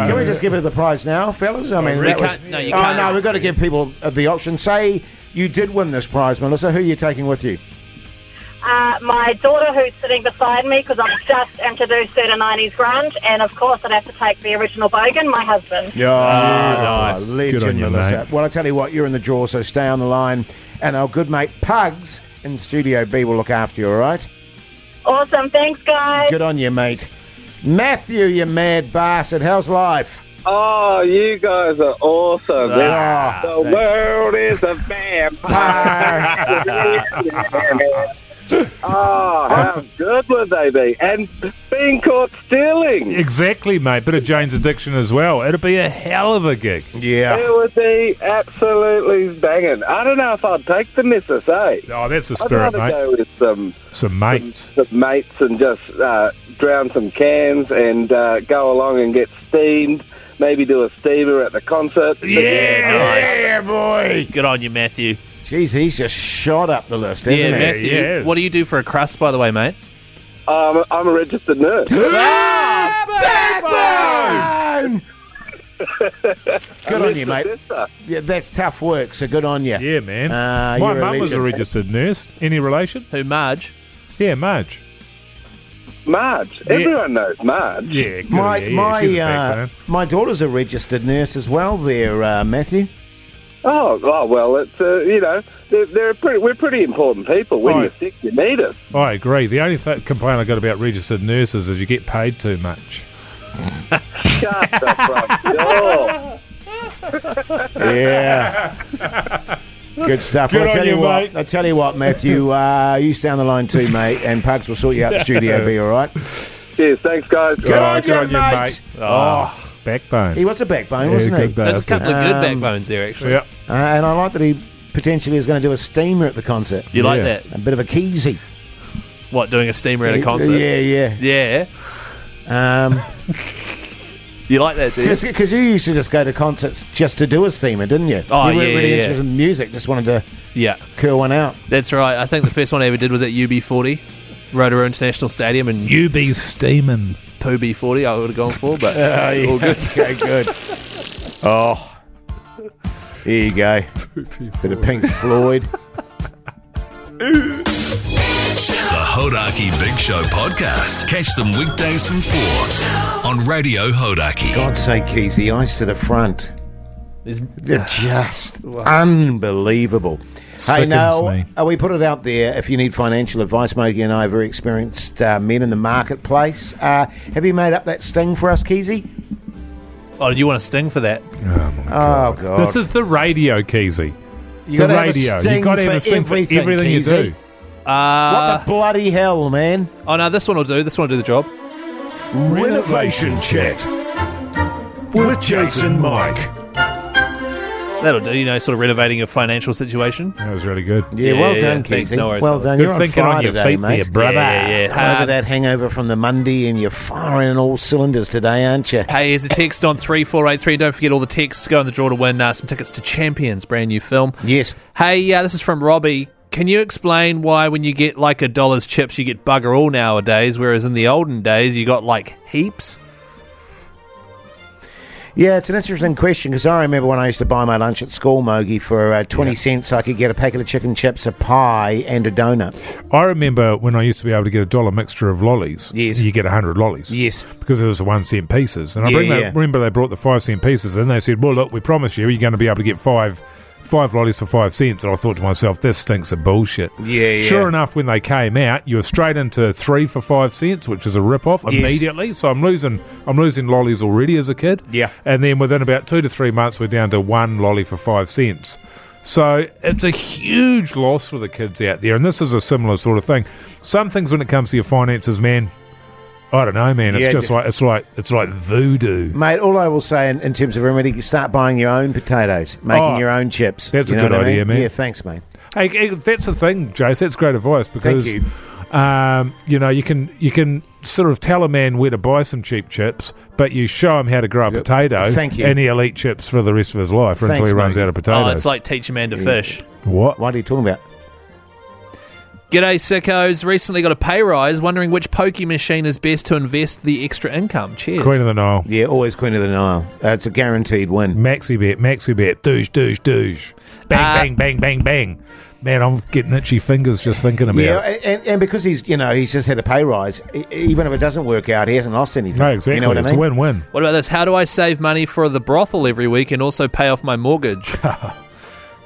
[SPEAKER 5] Can we just give it the prize now, fellas? I mean,
[SPEAKER 3] we
[SPEAKER 5] that
[SPEAKER 3] can't-
[SPEAKER 5] was-
[SPEAKER 3] no, you
[SPEAKER 5] oh,
[SPEAKER 3] can't.
[SPEAKER 5] no, we've got to give people uh, the option. Say you did win this prize, Melissa. Who are you taking with you?
[SPEAKER 4] Uh, my daughter, who's sitting beside me, because I've just introduced her to 90s grunge, and of course, I'd have to take the original Bogan, my husband.
[SPEAKER 5] Yeah,
[SPEAKER 6] nice.
[SPEAKER 5] legend,
[SPEAKER 6] Good on you,
[SPEAKER 5] Ah, Melissa.
[SPEAKER 6] mate.
[SPEAKER 5] Well, I tell you what, you're in the draw, so stay on the line, and our good mate Pugs in Studio B will look after you. All right.
[SPEAKER 4] Awesome. Thanks, guys.
[SPEAKER 5] Good on you, mate. Matthew, you mad bastard. How's life?
[SPEAKER 8] Oh, you guys are awesome.
[SPEAKER 5] Ah,
[SPEAKER 8] the
[SPEAKER 5] thanks.
[SPEAKER 8] world is a vampire. oh, how good would they be? And being caught stealing.
[SPEAKER 6] Exactly, mate. Bit of Jane's addiction as well. It'd be a hell of a gig.
[SPEAKER 5] Yeah.
[SPEAKER 8] It would be absolutely banging. I don't know if I'd take the missus, eh?
[SPEAKER 6] Oh, that's the
[SPEAKER 8] I'd
[SPEAKER 6] spirit,
[SPEAKER 8] rather
[SPEAKER 6] mate.
[SPEAKER 8] go with some,
[SPEAKER 6] Some mates.
[SPEAKER 8] some mates and just uh, drown some cans and uh, go along and get steamed. Maybe do a steamer at the concert.
[SPEAKER 3] Nice.
[SPEAKER 5] Yeah, boy.
[SPEAKER 3] Good on you, Matthew.
[SPEAKER 5] Jeez, he's just shot up the list, hasn't
[SPEAKER 3] yeah,
[SPEAKER 5] he?
[SPEAKER 3] Matthew.
[SPEAKER 6] Yeah, yes.
[SPEAKER 3] What do you do for a crust, by the way, mate?
[SPEAKER 8] Um, I'm a registered nurse.
[SPEAKER 5] Backbone! good on you, mate.
[SPEAKER 8] Sister.
[SPEAKER 5] Yeah, that's tough work, so good on you.
[SPEAKER 6] Yeah, man.
[SPEAKER 5] Ah,
[SPEAKER 6] My
[SPEAKER 5] you're a
[SPEAKER 6] mum was a
[SPEAKER 5] legend.
[SPEAKER 6] registered nurse. Any relation?
[SPEAKER 3] Who, Marge?
[SPEAKER 6] Yeah, Marge.
[SPEAKER 8] Marge. Everyone knows Marge.
[SPEAKER 6] Yeah, good,
[SPEAKER 5] My my
[SPEAKER 6] yeah, yeah. She's a backbone.
[SPEAKER 5] uh, my daughter's a registered nurse as well. There, uh, Matthew.
[SPEAKER 8] Oh, oh well, it's uh, you know they're, they're pretty, we're pretty important people. When
[SPEAKER 6] Right.
[SPEAKER 8] you're sick, you need us.
[SPEAKER 6] I agree. The only th- complaint I got about registered nurses is you get paid too much.
[SPEAKER 8] Shut the front door.
[SPEAKER 5] Yeah. Good stuff.
[SPEAKER 6] Good
[SPEAKER 5] Well, I
[SPEAKER 6] on
[SPEAKER 5] tell
[SPEAKER 6] you,
[SPEAKER 5] what,
[SPEAKER 6] mate.
[SPEAKER 5] I tell you what, Matthew. Uh, you stay on the line too, mate, and Pugs will sort you out in Studio B. All right.
[SPEAKER 8] Cheers, thanks guys.
[SPEAKER 5] Good
[SPEAKER 6] Oh,
[SPEAKER 5] on
[SPEAKER 6] good
[SPEAKER 5] you,
[SPEAKER 6] on you,
[SPEAKER 5] mate.
[SPEAKER 6] mate. Ah.
[SPEAKER 5] Oh,
[SPEAKER 6] Backbone.
[SPEAKER 5] he was a backbone,
[SPEAKER 6] yeah,
[SPEAKER 5] wasn't he?
[SPEAKER 6] good
[SPEAKER 3] There's a couple
[SPEAKER 6] bastard.
[SPEAKER 3] of good
[SPEAKER 5] Um,
[SPEAKER 3] backbones there, actually.
[SPEAKER 6] Yeah.
[SPEAKER 5] Uh, and I like that he potentially is going to do a steamer at the concert.
[SPEAKER 3] You like
[SPEAKER 6] Yeah.
[SPEAKER 3] that?
[SPEAKER 5] A bit of a keezy.
[SPEAKER 3] What, doing a steamer at a concert?
[SPEAKER 5] Yeah, yeah.
[SPEAKER 3] Yeah.
[SPEAKER 5] Um,
[SPEAKER 3] You like that, do you?
[SPEAKER 5] Because you used to just go to concerts just to do a steamer, didn't you?
[SPEAKER 3] Oh,
[SPEAKER 5] you weren't
[SPEAKER 3] yeah,
[SPEAKER 5] really
[SPEAKER 3] yeah,
[SPEAKER 5] interested in music, just wanted to
[SPEAKER 3] Yeah.
[SPEAKER 5] curl one out.
[SPEAKER 3] That's right. I think the first one I ever did was at UB40, Rotorua International Stadium, and
[SPEAKER 6] You be steaming.
[SPEAKER 3] Poo B40 I would have gone for, but all good.
[SPEAKER 5] okay, good. Oh, here you go. Bit of Pink Floyd.
[SPEAKER 7] The Hodaki Big Show podcast. Catch them weekdays from 4 on Radio Hodaki.
[SPEAKER 5] God's sake, Keys, the ice to the front.
[SPEAKER 3] There's-
[SPEAKER 5] They're just unbelievable. hey,
[SPEAKER 6] Sickens
[SPEAKER 5] now,
[SPEAKER 6] me.
[SPEAKER 5] uh, we put it out there. If you need financial advice, Mogi and I are very experienced uh, men in the marketplace. Uh, have you made up that sting for us, Keezy?
[SPEAKER 3] Oh, do you want a sting for that?
[SPEAKER 5] Oh, God.
[SPEAKER 6] This is the radio, Keezy.
[SPEAKER 5] you
[SPEAKER 6] The
[SPEAKER 5] gotta have a
[SPEAKER 6] radio.
[SPEAKER 5] sting
[SPEAKER 6] You got to have
[SPEAKER 5] for
[SPEAKER 6] a sting for
[SPEAKER 5] everything,
[SPEAKER 6] everything, you
[SPEAKER 5] Keezy.
[SPEAKER 6] do.
[SPEAKER 5] what the bloody hell, man?
[SPEAKER 3] Oh no, this one will do. This one will do the job.
[SPEAKER 6] Renovation
[SPEAKER 5] Chat with Jason Mike.
[SPEAKER 3] That'll do. You know, sort of renovating your financial situation.
[SPEAKER 6] That was really good.
[SPEAKER 5] Yeah,
[SPEAKER 3] Yeah,
[SPEAKER 5] well
[SPEAKER 3] yeah,
[SPEAKER 5] done,
[SPEAKER 3] thanks,
[SPEAKER 5] Keezy.
[SPEAKER 3] no worries,
[SPEAKER 5] well
[SPEAKER 3] fellas.
[SPEAKER 5] done.
[SPEAKER 6] Good
[SPEAKER 5] You're on
[SPEAKER 6] thinking
[SPEAKER 5] fire
[SPEAKER 6] on your
[SPEAKER 5] today,
[SPEAKER 6] feet
[SPEAKER 5] mate.
[SPEAKER 6] there, brother.
[SPEAKER 3] Yeah, yeah, yeah.
[SPEAKER 5] Come over
[SPEAKER 3] Hard.
[SPEAKER 5] that hangover from the Monday, and you're firing all cylinders today, aren't you?
[SPEAKER 3] Hey, here's a text on 3483. Don't forget all the texts. Go in the draw to win uh, some tickets to Champions, brand new film.
[SPEAKER 5] Yes.
[SPEAKER 3] Hey, uh, this is from Robbie. Can you explain why when you get like a dollar's chips, you get bugger all nowadays, whereas in the olden days you got like heaps? Oh,
[SPEAKER 5] Yeah, it's an interesting question because I remember when I used to buy my lunch at school, Mogi, for uh, 20 cents, I could get a packet of chicken chips, a pie, and a donut.
[SPEAKER 6] I remember when I used to be able to get a dollar mixture of lollies.
[SPEAKER 5] Yes.
[SPEAKER 6] You get a hundred lollies.
[SPEAKER 5] Yes.
[SPEAKER 6] Because it was the one cent pieces. And I
[SPEAKER 5] Yeah,
[SPEAKER 6] bring
[SPEAKER 5] yeah.
[SPEAKER 6] that, remember they brought the five cent pieces and they said, Well look, we promise you you're gonna be able to get five five lollies for five cents and I thought to myself, This stinks of bullshit.
[SPEAKER 5] Yeah, yeah.
[SPEAKER 6] Sure enough when they came out, you were straight into three for five cents, which is a rip off
[SPEAKER 5] Yes.
[SPEAKER 6] immediately. So I'm losing I'm losing lollies already as a kid.
[SPEAKER 5] Yeah.
[SPEAKER 6] And then within about two to three months we're down to one lolly for five cents. So it's a huge loss for the kids out there, and this is a similar sort of thing. Some things when it comes to your finances, man, I don't know, man. It's
[SPEAKER 5] Yeah,
[SPEAKER 6] just
[SPEAKER 5] yeah.
[SPEAKER 6] like it's like it's like voodoo.
[SPEAKER 5] Mate, all I will say in, in terms of remedy, you start buying your own potatoes, making
[SPEAKER 6] Oh,
[SPEAKER 5] your own chips.
[SPEAKER 6] that's
[SPEAKER 5] You
[SPEAKER 6] a
[SPEAKER 5] know
[SPEAKER 6] good
[SPEAKER 5] what I
[SPEAKER 6] idea,
[SPEAKER 5] mean?
[SPEAKER 6] mate.
[SPEAKER 5] Yeah, thanks, mate.
[SPEAKER 6] Hey, hey, that's the thing, Jace. That's great advice because
[SPEAKER 5] you.
[SPEAKER 6] Um, you know you can you can sort of tell a man where to buy some cheap chips, but you show him how to grow a potato,
[SPEAKER 5] Thank you.
[SPEAKER 6] and he'll eat chips for the rest of his life or until
[SPEAKER 5] Thanks,
[SPEAKER 6] he runs
[SPEAKER 5] mate.
[SPEAKER 6] out of
[SPEAKER 3] Oh,
[SPEAKER 6] potatoes.
[SPEAKER 3] it's like teach a man to fish.
[SPEAKER 6] what?
[SPEAKER 5] What are you talking about?
[SPEAKER 3] G'day, sickos. Recently got a pay rise. Wondering which pokey machine is best to invest the extra income. Cheers.
[SPEAKER 6] Queen of the Nile,
[SPEAKER 5] Yeah, always Queen of the Nile. Uh, it's a guaranteed win.
[SPEAKER 6] maxi bet, maxi bet, douche, douche, douche, bang,
[SPEAKER 3] Uh,
[SPEAKER 6] bang, bang, bang, bang. Man, I'm getting itchy fingers just thinking about
[SPEAKER 5] Yeah,
[SPEAKER 6] it.
[SPEAKER 5] a- and, and because he's you know he's just had a pay rise, e- even if it doesn't work out, he hasn't lost anything.
[SPEAKER 6] No, exactly.
[SPEAKER 5] You know what I
[SPEAKER 6] it's
[SPEAKER 5] mean?
[SPEAKER 6] a win-win.
[SPEAKER 3] What about this? How do I save money for the brothel every week and also pay off my mortgage?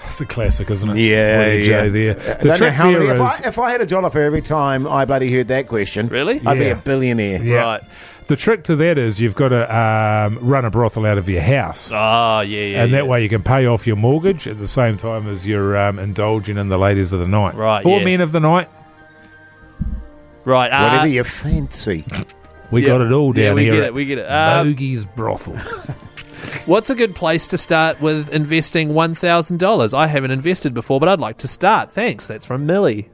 [SPEAKER 6] It's a classic, isn't it?
[SPEAKER 5] Yeah,
[SPEAKER 6] Bloody
[SPEAKER 5] yeah.
[SPEAKER 6] Joe there.
[SPEAKER 5] I
[SPEAKER 6] The
[SPEAKER 5] don't know
[SPEAKER 6] trick
[SPEAKER 5] how many.
[SPEAKER 6] there
[SPEAKER 5] If I,
[SPEAKER 6] is,
[SPEAKER 5] if I had a dollar for every time I bloody heard that question,
[SPEAKER 3] Really?
[SPEAKER 5] I'd be
[SPEAKER 6] Yeah.
[SPEAKER 5] a billionaire.
[SPEAKER 6] yeah.
[SPEAKER 3] Right.
[SPEAKER 6] The trick to that is you've got to um, run a brothel out of your house.
[SPEAKER 3] Ah, yeah, yeah.
[SPEAKER 6] and
[SPEAKER 3] yeah.
[SPEAKER 6] that way you can pay off your mortgage at the same time as you're um, indulging in the ladies of the night.
[SPEAKER 3] Right,
[SPEAKER 6] Or
[SPEAKER 3] yeah.
[SPEAKER 6] men of the night.
[SPEAKER 3] Right. Uh,
[SPEAKER 5] Whatever you fancy.
[SPEAKER 6] We
[SPEAKER 3] Yeah.
[SPEAKER 6] got it all down
[SPEAKER 3] Yeah, we
[SPEAKER 6] here.
[SPEAKER 3] get
[SPEAKER 6] at
[SPEAKER 3] it, we get it. Um,
[SPEAKER 6] Bogey's brothel.
[SPEAKER 3] What's a good place to start with investing $1,000? I haven't invested before, but I'd like to start. Thanks. That's from Millie.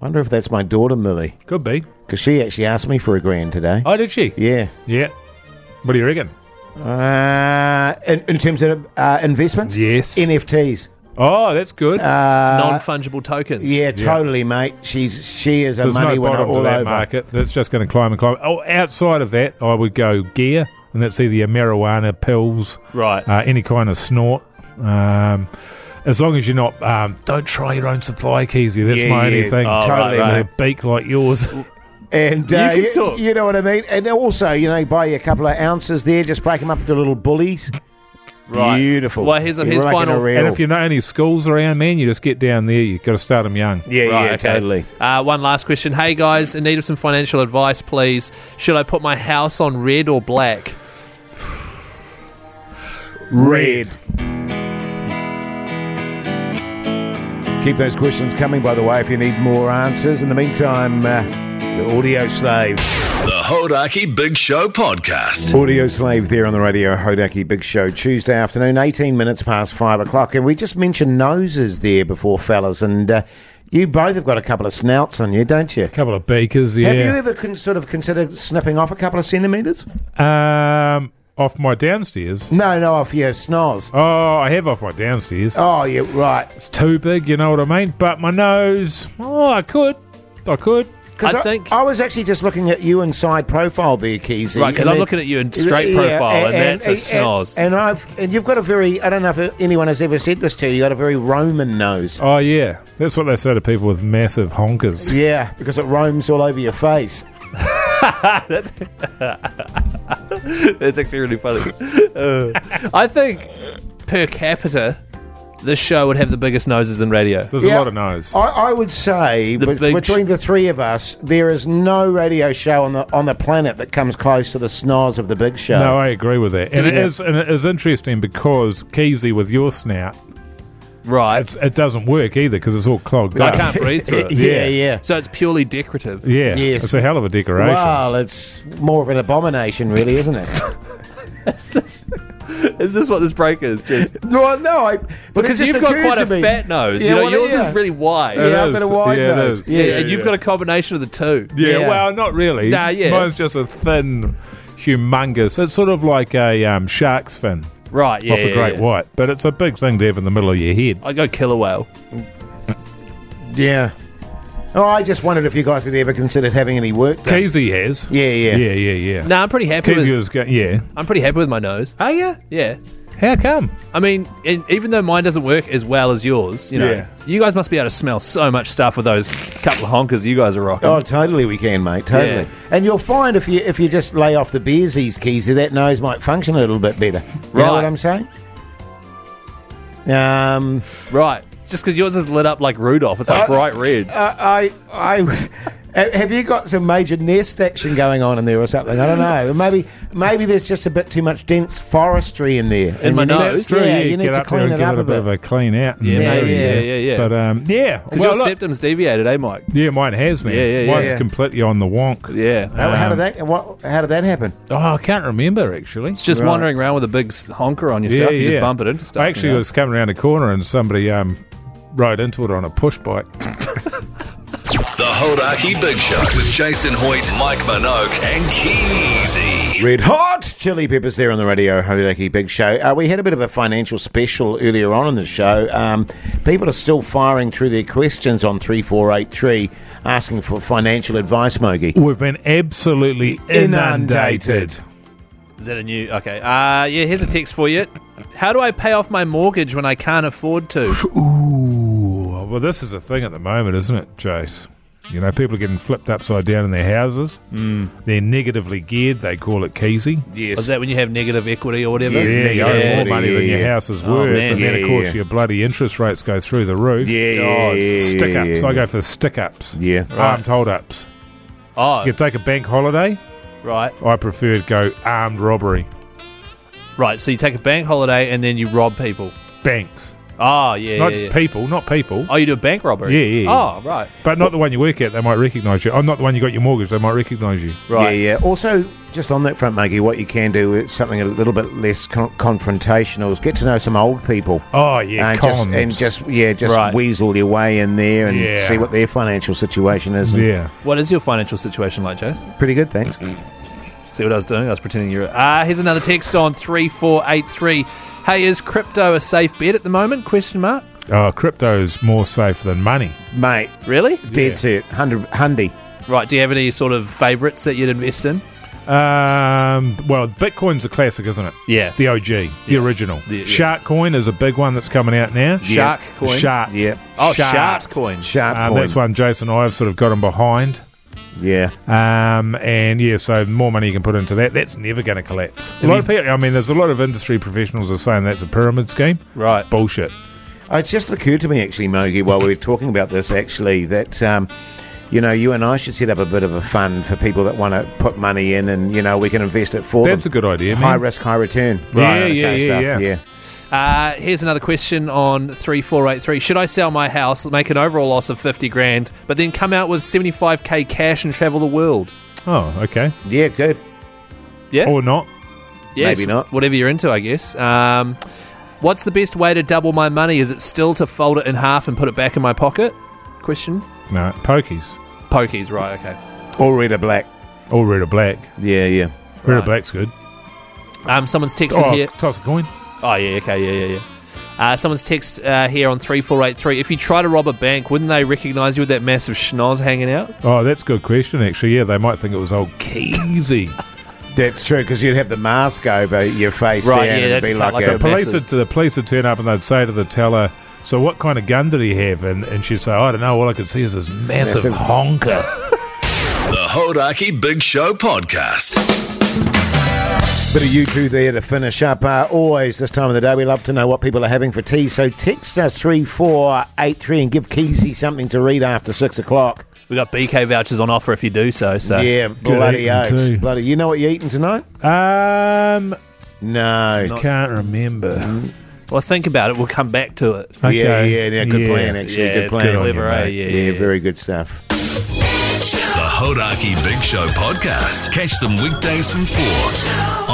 [SPEAKER 5] Wonder if that's my daughter Millie,
[SPEAKER 6] Could be.
[SPEAKER 5] because she actually asked me for a grand today.
[SPEAKER 6] Oh, did she?
[SPEAKER 5] Yeah.
[SPEAKER 6] Yeah. What do you reckon?
[SPEAKER 5] Uh, in, in terms of uh, investments,
[SPEAKER 6] Yes.
[SPEAKER 5] NFTs.
[SPEAKER 6] Oh, that's good.
[SPEAKER 3] non fungible tokens.
[SPEAKER 5] Yeah, totally, mate. She's she is a
[SPEAKER 6] There's
[SPEAKER 5] money
[SPEAKER 6] no
[SPEAKER 5] winner
[SPEAKER 6] bottom
[SPEAKER 5] all
[SPEAKER 6] to that
[SPEAKER 5] over.
[SPEAKER 6] market. That's just going to climb and climb. Oh, outside of that, I would go gear, and that's either your marijuana, pills,
[SPEAKER 3] Right.
[SPEAKER 6] uh, any kind of snort. Um, as long as you're not, um, don't try your own supply, Keezy. That's
[SPEAKER 5] Yeah,
[SPEAKER 6] my only
[SPEAKER 5] yeah.
[SPEAKER 6] thing.
[SPEAKER 5] Oh, Totally, right,
[SPEAKER 6] And a
[SPEAKER 5] right.
[SPEAKER 6] beak like yours.
[SPEAKER 5] And
[SPEAKER 3] You
[SPEAKER 5] uh,
[SPEAKER 3] can
[SPEAKER 5] you,
[SPEAKER 3] talk.
[SPEAKER 5] you know what I mean. And also, you know, buy you a couple of ounces there, just break them up into little bullies.
[SPEAKER 3] Right.
[SPEAKER 5] Beautiful.
[SPEAKER 3] Well, here's a-
[SPEAKER 5] You're
[SPEAKER 3] here's
[SPEAKER 5] making
[SPEAKER 3] final-
[SPEAKER 5] a real-
[SPEAKER 6] and if you know any schools around, man, you just get down there. you got to start them young.
[SPEAKER 5] yeah,
[SPEAKER 3] Right,
[SPEAKER 5] yeah,
[SPEAKER 3] okay.
[SPEAKER 5] totally.
[SPEAKER 3] Uh, one last question. Hey, guys, in need of some financial advice, please. Should I put my house on red or black?
[SPEAKER 5] Red. Keep those questions coming, by the way, if you need more answers. In the meantime, uh, the audio slave.
[SPEAKER 7] The Hodaki Big Show podcast.
[SPEAKER 5] Audio slave there on the radio, Hodaki Big Show, Tuesday afternoon, 18 minutes past 5 o'clock. And we just mentioned noses there before, fellas. And uh, you both have got a couple of snouts on you, don't you?
[SPEAKER 6] couple of beakers, yeah.
[SPEAKER 5] Have you ever con- sort of considered snipping off a couple of centimetres?
[SPEAKER 6] um, off my downstairs.
[SPEAKER 5] No, no, off your snoz.
[SPEAKER 6] Oh, I have off my downstairs.
[SPEAKER 5] Oh, yeah, right.
[SPEAKER 6] It's too big, you know what I mean? But my nose, oh, I could. I could.
[SPEAKER 5] 'Cause
[SPEAKER 3] I think-
[SPEAKER 5] I was actually just looking at you inside profile there, Keezy.
[SPEAKER 3] Right, 'cause
[SPEAKER 5] and
[SPEAKER 3] I'm
[SPEAKER 5] then-
[SPEAKER 3] looking at you in straight profile, and that's a snoz.
[SPEAKER 5] And, I've and you've got a very I don't know if anyone has ever said this to you. You got a very Roman nose.
[SPEAKER 6] Oh yeah, that's what they say to people with massive honkers.
[SPEAKER 5] Yeah, because it roams all over your face.
[SPEAKER 3] That's that's actually really funny. Uh, I think per capita, this show would have the biggest noses in radio.
[SPEAKER 6] There's
[SPEAKER 5] Yeah.
[SPEAKER 6] a lot of nose.
[SPEAKER 5] I, I would say
[SPEAKER 3] The
[SPEAKER 5] be-
[SPEAKER 3] big sh-
[SPEAKER 5] between the three of us, there is no radio show on the on the planet that comes close to the snoz of the Big Show.
[SPEAKER 6] No, I agree with that, and it
[SPEAKER 5] Yeah.
[SPEAKER 6] is and it is interesting because Keezy with your snout,
[SPEAKER 3] Right.
[SPEAKER 6] it's, it doesn't work either because it's all clogged
[SPEAKER 3] I
[SPEAKER 6] up.
[SPEAKER 3] can't breathe through it.
[SPEAKER 5] yeah,
[SPEAKER 6] Yeah.
[SPEAKER 5] yeah.
[SPEAKER 3] So it's purely decorative.
[SPEAKER 6] Yeah,
[SPEAKER 5] Yes.
[SPEAKER 6] it's a hell of a decoration.
[SPEAKER 5] Well, it's more of an abomination, really, isn't it?
[SPEAKER 3] Is this, is this what this break is? Just
[SPEAKER 5] well, no, I, but
[SPEAKER 3] because you've got quite a fat nose.
[SPEAKER 5] Yeah,
[SPEAKER 3] you know,
[SPEAKER 5] well,
[SPEAKER 3] yours
[SPEAKER 5] yeah.
[SPEAKER 3] is really wide.
[SPEAKER 5] Yeah, I've
[SPEAKER 6] is.
[SPEAKER 5] got a wide
[SPEAKER 6] Yeah, it
[SPEAKER 5] nose.
[SPEAKER 6] is.
[SPEAKER 3] Yeah,
[SPEAKER 5] Yeah,
[SPEAKER 3] and you've
[SPEAKER 6] Uh, yeah.
[SPEAKER 3] got a combination of the two.
[SPEAKER 6] Yeah,
[SPEAKER 5] Yeah.
[SPEAKER 6] well, not really.
[SPEAKER 3] Nah, yeah.
[SPEAKER 6] Mine's just a thin, humongous. It's sort of like a um, shark's fin
[SPEAKER 3] Right. Yeah.
[SPEAKER 6] off a
[SPEAKER 3] yeah,
[SPEAKER 6] great
[SPEAKER 3] yeah.
[SPEAKER 6] white, but it's a big thing to have in the middle of your head.
[SPEAKER 3] I go killer whale.
[SPEAKER 5] yeah. Oh, I just wondered if you guys had ever considered having any work done.
[SPEAKER 6] Keezy has.
[SPEAKER 5] Yeah, yeah.
[SPEAKER 6] yeah, yeah, yeah.
[SPEAKER 3] No, I'm pretty happy
[SPEAKER 6] Keezy
[SPEAKER 3] with.
[SPEAKER 6] was go- yeah.
[SPEAKER 3] I'm pretty happy with my nose.
[SPEAKER 6] Oh yeah.
[SPEAKER 3] Yeah.
[SPEAKER 6] How come?
[SPEAKER 3] I mean, and even though mine doesn't work as well as yours, you know,
[SPEAKER 6] Yeah.
[SPEAKER 3] you guys must be able to smell so much stuff with those couple of honkers you guys are rocking.
[SPEAKER 5] Oh, totally, we can, mate. Totally,
[SPEAKER 3] Yeah.
[SPEAKER 5] and you'll find if you if you just lay off the beersies, Keezy, that nose might function a little bit better. You know
[SPEAKER 3] Right.
[SPEAKER 5] what I'm saying? Um,
[SPEAKER 3] Right. Just because yours is lit up like Rudolph, it's like
[SPEAKER 5] Uh,
[SPEAKER 3] bright red.
[SPEAKER 5] I, I, I, have you got some major nest action going on in there or something? I don't know. Maybe, maybe there's just a bit too much dense forestry in there.
[SPEAKER 3] In my
[SPEAKER 5] you need-
[SPEAKER 3] nose?
[SPEAKER 6] That's true.
[SPEAKER 5] Yeah,
[SPEAKER 6] Yeah,
[SPEAKER 5] you need
[SPEAKER 6] get
[SPEAKER 5] to
[SPEAKER 6] up there
[SPEAKER 5] clean
[SPEAKER 6] and
[SPEAKER 5] it
[SPEAKER 6] give
[SPEAKER 5] up
[SPEAKER 6] it
[SPEAKER 5] a
[SPEAKER 6] a bit of
[SPEAKER 5] bit.
[SPEAKER 6] a clean out.
[SPEAKER 3] Yeah,
[SPEAKER 5] maybe. Yeah,
[SPEAKER 3] yeah, yeah.
[SPEAKER 6] But um, yeah,
[SPEAKER 3] Because
[SPEAKER 6] well,
[SPEAKER 3] your
[SPEAKER 6] look,
[SPEAKER 3] septum's deviated, eh, Mike?
[SPEAKER 6] yeah, mine has, man.
[SPEAKER 3] Yeah, yeah, yeah.
[SPEAKER 6] Mine's
[SPEAKER 5] Yeah.
[SPEAKER 6] completely on the wonk.
[SPEAKER 3] Yeah.
[SPEAKER 5] How, how did that? What? How did that happen?
[SPEAKER 6] Oh, I can't remember actually.
[SPEAKER 3] It's just
[SPEAKER 5] Right.
[SPEAKER 3] wandering around with a big s- honker on yourself. you just bump it into stuff.
[SPEAKER 6] I actually
[SPEAKER 3] you know?
[SPEAKER 6] was coming around a corner and somebody um, rode into it on a push bike.
[SPEAKER 7] The Hodaki Big Show with Jason Hoyt, Mike Minogue, and Keezy.
[SPEAKER 5] Red hot chili peppers there on the radio, Hodaki Big Show. Uh, we had a bit of a financial special earlier on in the show. Um, people are still firing through their questions on three four eight three, asking for financial advice, Mogi.
[SPEAKER 6] We've been absolutely
[SPEAKER 5] Inundated.
[SPEAKER 6] inundated.
[SPEAKER 3] Is that a new? Okay. Uh, yeah, here's a text for you. How do I pay off my mortgage when I can't afford to?
[SPEAKER 6] Ooh, well, this is a thing at the moment, isn't it, Chase? You know, people are getting flipped upside down in their houses. Mm. They're negatively geared. They call it keezy.
[SPEAKER 3] Is that when you have negative equity or whatever?
[SPEAKER 6] Yeah, you owe
[SPEAKER 5] yeah,
[SPEAKER 6] more money than
[SPEAKER 5] yeah,
[SPEAKER 6] your
[SPEAKER 5] yeah.
[SPEAKER 6] house is
[SPEAKER 3] Oh,
[SPEAKER 6] worth,
[SPEAKER 3] man.
[SPEAKER 6] and then
[SPEAKER 5] Yeah,
[SPEAKER 6] of course
[SPEAKER 5] yeah.
[SPEAKER 6] your bloody interest rates go through the roof.
[SPEAKER 5] Yeah, yeah,
[SPEAKER 6] oh, it's
[SPEAKER 5] yeah,
[SPEAKER 6] stick ups.
[SPEAKER 5] yeah, yeah.
[SPEAKER 6] I go for stick ups.
[SPEAKER 5] Yeah.
[SPEAKER 6] armed hold ups.
[SPEAKER 3] Oh,
[SPEAKER 6] You take a bank holiday.
[SPEAKER 3] right.
[SPEAKER 6] I prefer to go armed robbery.
[SPEAKER 3] Right. So you take a bank holiday and then you rob people.
[SPEAKER 6] Banks,
[SPEAKER 3] Oh, yeah,
[SPEAKER 6] not
[SPEAKER 3] yeah, yeah.
[SPEAKER 6] people, not people.
[SPEAKER 3] Oh, you do a bank robbery?
[SPEAKER 6] Yeah, yeah, yeah.
[SPEAKER 3] Oh, right.
[SPEAKER 6] But not the one you work at, they might recognise you. I'm not the one you got your mortgage, they might recognise you.
[SPEAKER 3] Right.
[SPEAKER 5] Yeah, yeah. Also, just on that front, Maggie, what you can do is something a little bit less con- confrontational is get to know some old people.
[SPEAKER 6] Oh, yeah,
[SPEAKER 5] and,
[SPEAKER 6] cons.
[SPEAKER 5] just, and just yeah, just
[SPEAKER 3] Right.
[SPEAKER 5] weasel your way in there and
[SPEAKER 6] Yeah.
[SPEAKER 5] see what their financial situation is. And
[SPEAKER 6] yeah.
[SPEAKER 3] What is your financial situation like, Chase?
[SPEAKER 5] Pretty good, thanks.
[SPEAKER 3] See what I was doing? I was pretending you were. Ah, here's another text on 3483. Hey, is crypto a safe bet at the moment? Question mark.
[SPEAKER 6] Oh, crypto's more safe than money.
[SPEAKER 5] Mate,
[SPEAKER 3] Really?
[SPEAKER 5] dead set, hundred hundy.
[SPEAKER 3] Right. Do you have any sort of favourites that you'd invest in?
[SPEAKER 6] Um, well, Bitcoin's a classic, isn't it?
[SPEAKER 3] Yeah.
[SPEAKER 6] The OG, the original.
[SPEAKER 3] The- yeah.
[SPEAKER 6] Shark Coin is a big one that's coming out now.
[SPEAKER 3] Shark coin.
[SPEAKER 6] Shark.
[SPEAKER 5] Yep.
[SPEAKER 3] Oh,
[SPEAKER 6] Shark.
[SPEAKER 3] shark coin.
[SPEAKER 5] Sharp
[SPEAKER 6] Um,
[SPEAKER 5] coin.
[SPEAKER 6] that's one Jason and I have sort of got him behind.
[SPEAKER 5] Yeah.
[SPEAKER 6] Um, and yeah, so more money you can put into that. That's never going to collapse. A lot of people, I mean, there's a lot of industry professionals are saying that's a pyramid scheme.
[SPEAKER 3] Right.
[SPEAKER 6] Bullshit.
[SPEAKER 5] Uh, It just occurred to me actually, Mogi, while we were talking about this actually, that um, you know, you and I should set up a bit of a fund for people that want to put money in and, you know, we can invest it for
[SPEAKER 6] That's
[SPEAKER 5] them.
[SPEAKER 6] a good idea, man.
[SPEAKER 5] High risk, high return.
[SPEAKER 6] Yeah,
[SPEAKER 5] That
[SPEAKER 6] yeah,
[SPEAKER 5] sort of
[SPEAKER 6] yeah,
[SPEAKER 5] stuff,
[SPEAKER 6] yeah.
[SPEAKER 3] Uh, here's another question on 3483. Should I sell my house, make an overall loss of 50 grand, but then come out with 75k cash and travel the world?
[SPEAKER 6] Oh, okay.
[SPEAKER 5] Yeah, good.
[SPEAKER 6] Or not.
[SPEAKER 3] Yes,
[SPEAKER 5] Oh, Maybe not.
[SPEAKER 3] Whatever you're into, I guess. Um, what's the best way to double my money? Is it still to fold it in half and put it back in my pocket? Question.
[SPEAKER 6] No, pokies.
[SPEAKER 3] Pokies, right? Okay.
[SPEAKER 5] Or red or black.
[SPEAKER 6] Or red or black.
[SPEAKER 5] Yeah, yeah.
[SPEAKER 6] Red or
[SPEAKER 3] Right.
[SPEAKER 6] black's good.
[SPEAKER 3] Um, someone's texted
[SPEAKER 6] Oh,
[SPEAKER 3] here.
[SPEAKER 6] toss a coin.
[SPEAKER 3] Oh yeah. Okay. Yeah. Yeah. Yeah. Uh, someone's text uh, here on 3483. If you try to rob a bank, wouldn't they recognise you with that massive schnoz hanging out?
[SPEAKER 6] Oh, that's a good question, actually. Yeah, they might think it was old Keezy.
[SPEAKER 5] That's true, because you'd have the mask over your face
[SPEAKER 3] Right,
[SPEAKER 5] there, and
[SPEAKER 3] yeah,
[SPEAKER 5] it'd
[SPEAKER 3] that'd
[SPEAKER 5] be
[SPEAKER 3] cut
[SPEAKER 5] like,
[SPEAKER 3] like
[SPEAKER 5] a,
[SPEAKER 3] a
[SPEAKER 6] police
[SPEAKER 3] Massive.
[SPEAKER 6] would, the police would turn up and they'd say to the teller, so what kind of gun did he have? And, and she'd say, I don't know, all I could see is this massive,
[SPEAKER 5] Massive-
[SPEAKER 6] honker.
[SPEAKER 7] The Hodaki Big Show Podcast.
[SPEAKER 5] bit of you two there to finish up. Uh, always this time of the day, we love to know what people are having for tea. So text us three four eight three and give Keezy something to read after six o'clock.
[SPEAKER 3] We got BK vouchers on offer if you do so. So
[SPEAKER 5] yeah, bloody
[SPEAKER 6] eating
[SPEAKER 5] oaks,
[SPEAKER 6] too.
[SPEAKER 5] bloody. You know what you're eating tonight?
[SPEAKER 6] um,
[SPEAKER 5] No.
[SPEAKER 6] can't remember.
[SPEAKER 3] well, think about it. We'll come back to it.
[SPEAKER 5] Mm, Yeah, yeah,
[SPEAKER 6] Okay.
[SPEAKER 5] yeah. Good
[SPEAKER 6] Yeah,
[SPEAKER 5] plan, actually.
[SPEAKER 3] yeah,
[SPEAKER 5] good
[SPEAKER 3] it's
[SPEAKER 5] plan.
[SPEAKER 3] clever, eh? Yeah, yeah, yeah.
[SPEAKER 5] very good stuff.
[SPEAKER 7] The Hodaki Big Show Podcast. Catch them weekdays from 4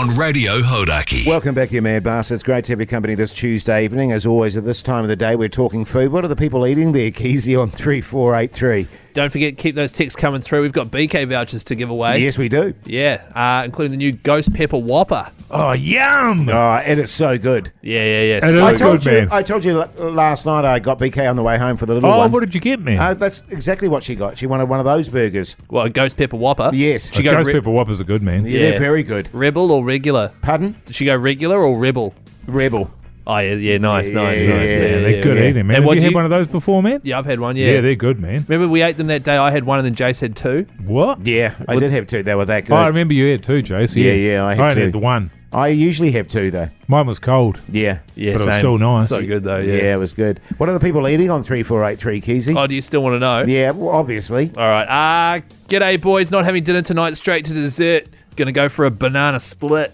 [SPEAKER 7] on Radio Hodaki.
[SPEAKER 5] Welcome back, you mad bastard. It's great to have your company this Tuesday evening. As always, at this time of the day, we're talking food. What are the people eating there, Keezy, on 3483?
[SPEAKER 3] Don't forget, keep those texts coming through. We've got BK vouchers to give away.
[SPEAKER 5] Yes, we do.
[SPEAKER 3] Yeah, uh, including the new Ghost Pepper Whopper.
[SPEAKER 6] Oh, yum!
[SPEAKER 5] Oh, and it's so good.
[SPEAKER 3] Yeah, yeah, yeah.
[SPEAKER 6] And
[SPEAKER 3] So-
[SPEAKER 5] I
[SPEAKER 6] That's
[SPEAKER 5] told,
[SPEAKER 6] good,
[SPEAKER 5] you,
[SPEAKER 6] man.
[SPEAKER 5] I told you l- last night I got BK on the way home for the little
[SPEAKER 6] Oh,
[SPEAKER 5] one.
[SPEAKER 6] what did you get, man?
[SPEAKER 5] Uh, that's exactly what she got. She wanted one of those burgers.
[SPEAKER 3] well, Ghost Pepper Whopper.
[SPEAKER 5] Yes.
[SPEAKER 3] Did she go
[SPEAKER 6] Ghost
[SPEAKER 3] re-
[SPEAKER 6] Pepper Whopper's a good man.
[SPEAKER 5] Yeah,
[SPEAKER 3] Yeah.
[SPEAKER 5] they're very good.
[SPEAKER 3] Rebel or regular?
[SPEAKER 5] Pardon?
[SPEAKER 3] Did she go regular or rebel?
[SPEAKER 5] Rebel.
[SPEAKER 3] Oh, yeah, yeah nice,
[SPEAKER 5] Yeah,
[SPEAKER 3] nice,
[SPEAKER 5] yeah,
[SPEAKER 3] nice.
[SPEAKER 5] yeah,
[SPEAKER 3] Yeah,
[SPEAKER 5] yeah,
[SPEAKER 6] they're good
[SPEAKER 3] yeah.
[SPEAKER 6] eating, man. Have
[SPEAKER 3] And what
[SPEAKER 6] you
[SPEAKER 3] do
[SPEAKER 6] had
[SPEAKER 3] you-
[SPEAKER 6] one of those before, man?
[SPEAKER 3] Yeah, I've had one, yeah.
[SPEAKER 6] Yeah, they're good, man.
[SPEAKER 3] Remember we ate them that day? I had one and then Jace had two.
[SPEAKER 6] What?
[SPEAKER 5] Yeah, I did have two. They were that good.
[SPEAKER 6] Oh, I remember you had two, Jace.
[SPEAKER 5] Yeah, yeah, I had
[SPEAKER 6] only
[SPEAKER 5] two.
[SPEAKER 6] the one.
[SPEAKER 5] I usually have two, though.
[SPEAKER 6] Mine was cold.
[SPEAKER 5] Yeah.
[SPEAKER 6] But it
[SPEAKER 3] Yeah,
[SPEAKER 6] was
[SPEAKER 3] same.
[SPEAKER 6] still nice.
[SPEAKER 3] So good, though,
[SPEAKER 5] Yeah,
[SPEAKER 3] yeah.
[SPEAKER 5] it was good. What are the people eating on 3483, Keezy?
[SPEAKER 3] Oh, do you still want to know?
[SPEAKER 5] yeah, well, obviously.
[SPEAKER 3] All right. Uh, g'day, boys. Not having dinner tonight. Straight to dessert. Gonna go for a banana split.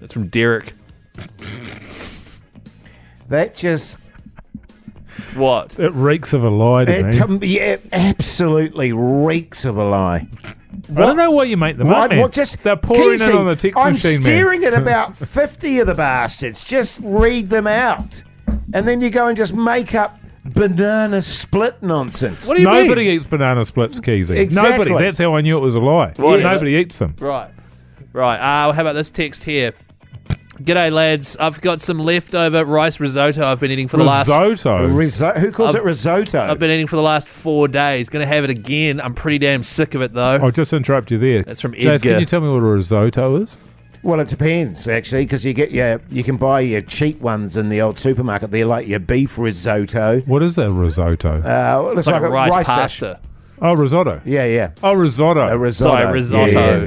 [SPEAKER 3] That's from Derek.
[SPEAKER 5] That just
[SPEAKER 3] What?
[SPEAKER 6] It reeks of a lie to me.
[SPEAKER 5] It, um, yeah, it absolutely reeks of a lie.
[SPEAKER 6] I don't know why you make them up,
[SPEAKER 5] What?
[SPEAKER 6] man.
[SPEAKER 5] What? Just
[SPEAKER 6] They're pouring
[SPEAKER 5] Keesey,
[SPEAKER 6] it on the text
[SPEAKER 5] I'm
[SPEAKER 6] machine,
[SPEAKER 5] staring at about fifty of the bastards. Just read them out, and then you go and just make up banana split nonsense.
[SPEAKER 3] What do
[SPEAKER 6] man.
[SPEAKER 3] you
[SPEAKER 6] Nobody
[SPEAKER 3] mean?
[SPEAKER 6] eats banana splits, Keezy.
[SPEAKER 5] Exactly.
[SPEAKER 6] Nobody. That's how I knew it was a lie.
[SPEAKER 3] Right.
[SPEAKER 6] Nobody eats them.
[SPEAKER 3] Right. Right. Uh, how about this text here? G'day, lads. I've got some leftover rice risotto I've been eating for the last.
[SPEAKER 6] Risotto.
[SPEAKER 5] Riso- who calls
[SPEAKER 3] I've-
[SPEAKER 5] it risotto?
[SPEAKER 3] I've been eating for the last four days. Gonna have it again. I'm pretty damn sick of it though.
[SPEAKER 6] I'll just interrupt you there.
[SPEAKER 3] That's from
[SPEAKER 6] Jace,
[SPEAKER 3] Edgar.
[SPEAKER 6] can you tell me what a risotto is?
[SPEAKER 5] well, it depends actually, because you get your you can buy your cheap ones in the old supermarket. They're like your beef risotto.
[SPEAKER 6] What is a risotto?
[SPEAKER 5] Uh, well, it's
[SPEAKER 3] It's like, a rice,
[SPEAKER 5] dish.
[SPEAKER 3] pasta.
[SPEAKER 6] oh, risotto.
[SPEAKER 5] Yeah, yeah.
[SPEAKER 6] Oh, risotto.
[SPEAKER 5] A risotto.
[SPEAKER 3] Sorry, risotto.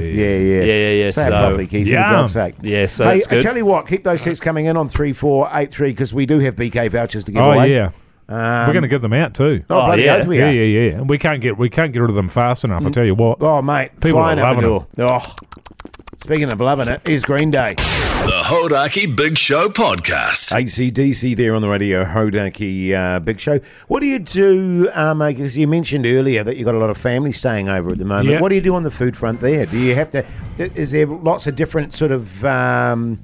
[SPEAKER 5] Yeah, yeah, yeah.
[SPEAKER 3] Yeah, yeah, yeah,
[SPEAKER 5] Say it
[SPEAKER 3] so-
[SPEAKER 5] properly, Keith,
[SPEAKER 6] Yum.
[SPEAKER 5] for God's sake.
[SPEAKER 3] Yeah, so
[SPEAKER 5] hey,
[SPEAKER 3] that's
[SPEAKER 5] I
[SPEAKER 3] good.
[SPEAKER 5] tell you what, keep those texts coming in on 3483 because we do have BK vouchers to give
[SPEAKER 6] oh,
[SPEAKER 5] away.
[SPEAKER 6] yeah. We're going to give them out too.
[SPEAKER 5] Um, Oh, bloody
[SPEAKER 3] yeah.
[SPEAKER 5] oath we
[SPEAKER 6] yeah,
[SPEAKER 5] are.
[SPEAKER 6] yeah, yeah. And we can't get we can't get rid of them fast enough. I tell you what.
[SPEAKER 5] Oh, mate.
[SPEAKER 6] People
[SPEAKER 5] flying
[SPEAKER 6] are
[SPEAKER 5] out the door.
[SPEAKER 6] loving
[SPEAKER 5] Oh, speaking of loving it, is Green Day.
[SPEAKER 7] The Hodaki Big Show Podcast.
[SPEAKER 5] ACDC there on the radio, Hodaki uh, Big Show. What do you do, um, because you mentioned earlier that you've got a lot of family staying over at the moment.
[SPEAKER 6] Yeah.
[SPEAKER 5] What do you do on the food front there? Do you have to, is there lots of different sort of... Um,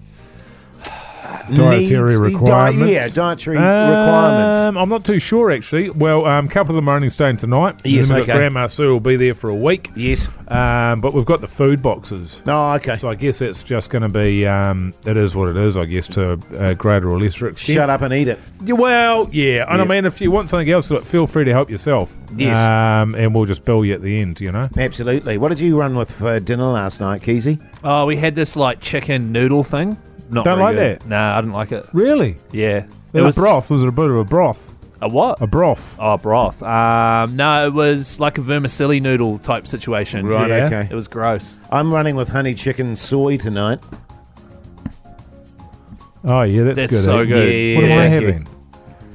[SPEAKER 6] dietary
[SPEAKER 5] needs-
[SPEAKER 6] requirements.
[SPEAKER 5] Di- yeah, dietary requirements.
[SPEAKER 6] Um, I'm not too sure actually. Well, um, a couple of them are only staying tonight.
[SPEAKER 5] Yes,
[SPEAKER 6] And then we've got
[SPEAKER 5] okay.
[SPEAKER 6] Grandma Sue will be there for a week.
[SPEAKER 5] Yes.
[SPEAKER 6] Um, but we've got the food boxes.
[SPEAKER 5] Oh, okay.
[SPEAKER 6] So I guess it's just going to be um, it is what it is. I guess to a greater or lesser extent.
[SPEAKER 5] Shut up and eat it.
[SPEAKER 6] Yeah, well, yeah. And I
[SPEAKER 5] Yeah.
[SPEAKER 6] mean, if you want something else, look, feel free to help yourself.
[SPEAKER 5] Yes.
[SPEAKER 6] Um, and we'll just bill you at the end. You know.
[SPEAKER 5] Absolutely. What did you run with for dinner last night, Keezy?
[SPEAKER 3] Oh, we had this like chicken noodle thing. Not
[SPEAKER 6] Don't
[SPEAKER 3] very
[SPEAKER 6] like
[SPEAKER 3] good.
[SPEAKER 6] that.
[SPEAKER 3] Nah, I didn't like it.
[SPEAKER 6] Really?
[SPEAKER 3] Yeah,
[SPEAKER 6] It was broth. Was it a bit of a broth?
[SPEAKER 3] a what?
[SPEAKER 6] A broth.
[SPEAKER 3] oh, broth. Um, no, it was like a vermicelli noodle type situation.
[SPEAKER 5] Right,
[SPEAKER 6] Yeah.
[SPEAKER 5] okay.
[SPEAKER 3] It was gross.
[SPEAKER 5] I'm running with honey chicken soy tonight.
[SPEAKER 6] Oh yeah, that's,
[SPEAKER 3] That's
[SPEAKER 6] good.
[SPEAKER 3] so
[SPEAKER 6] eh?
[SPEAKER 3] good.
[SPEAKER 5] Yeah,
[SPEAKER 6] What am I
[SPEAKER 5] thank you.
[SPEAKER 6] having?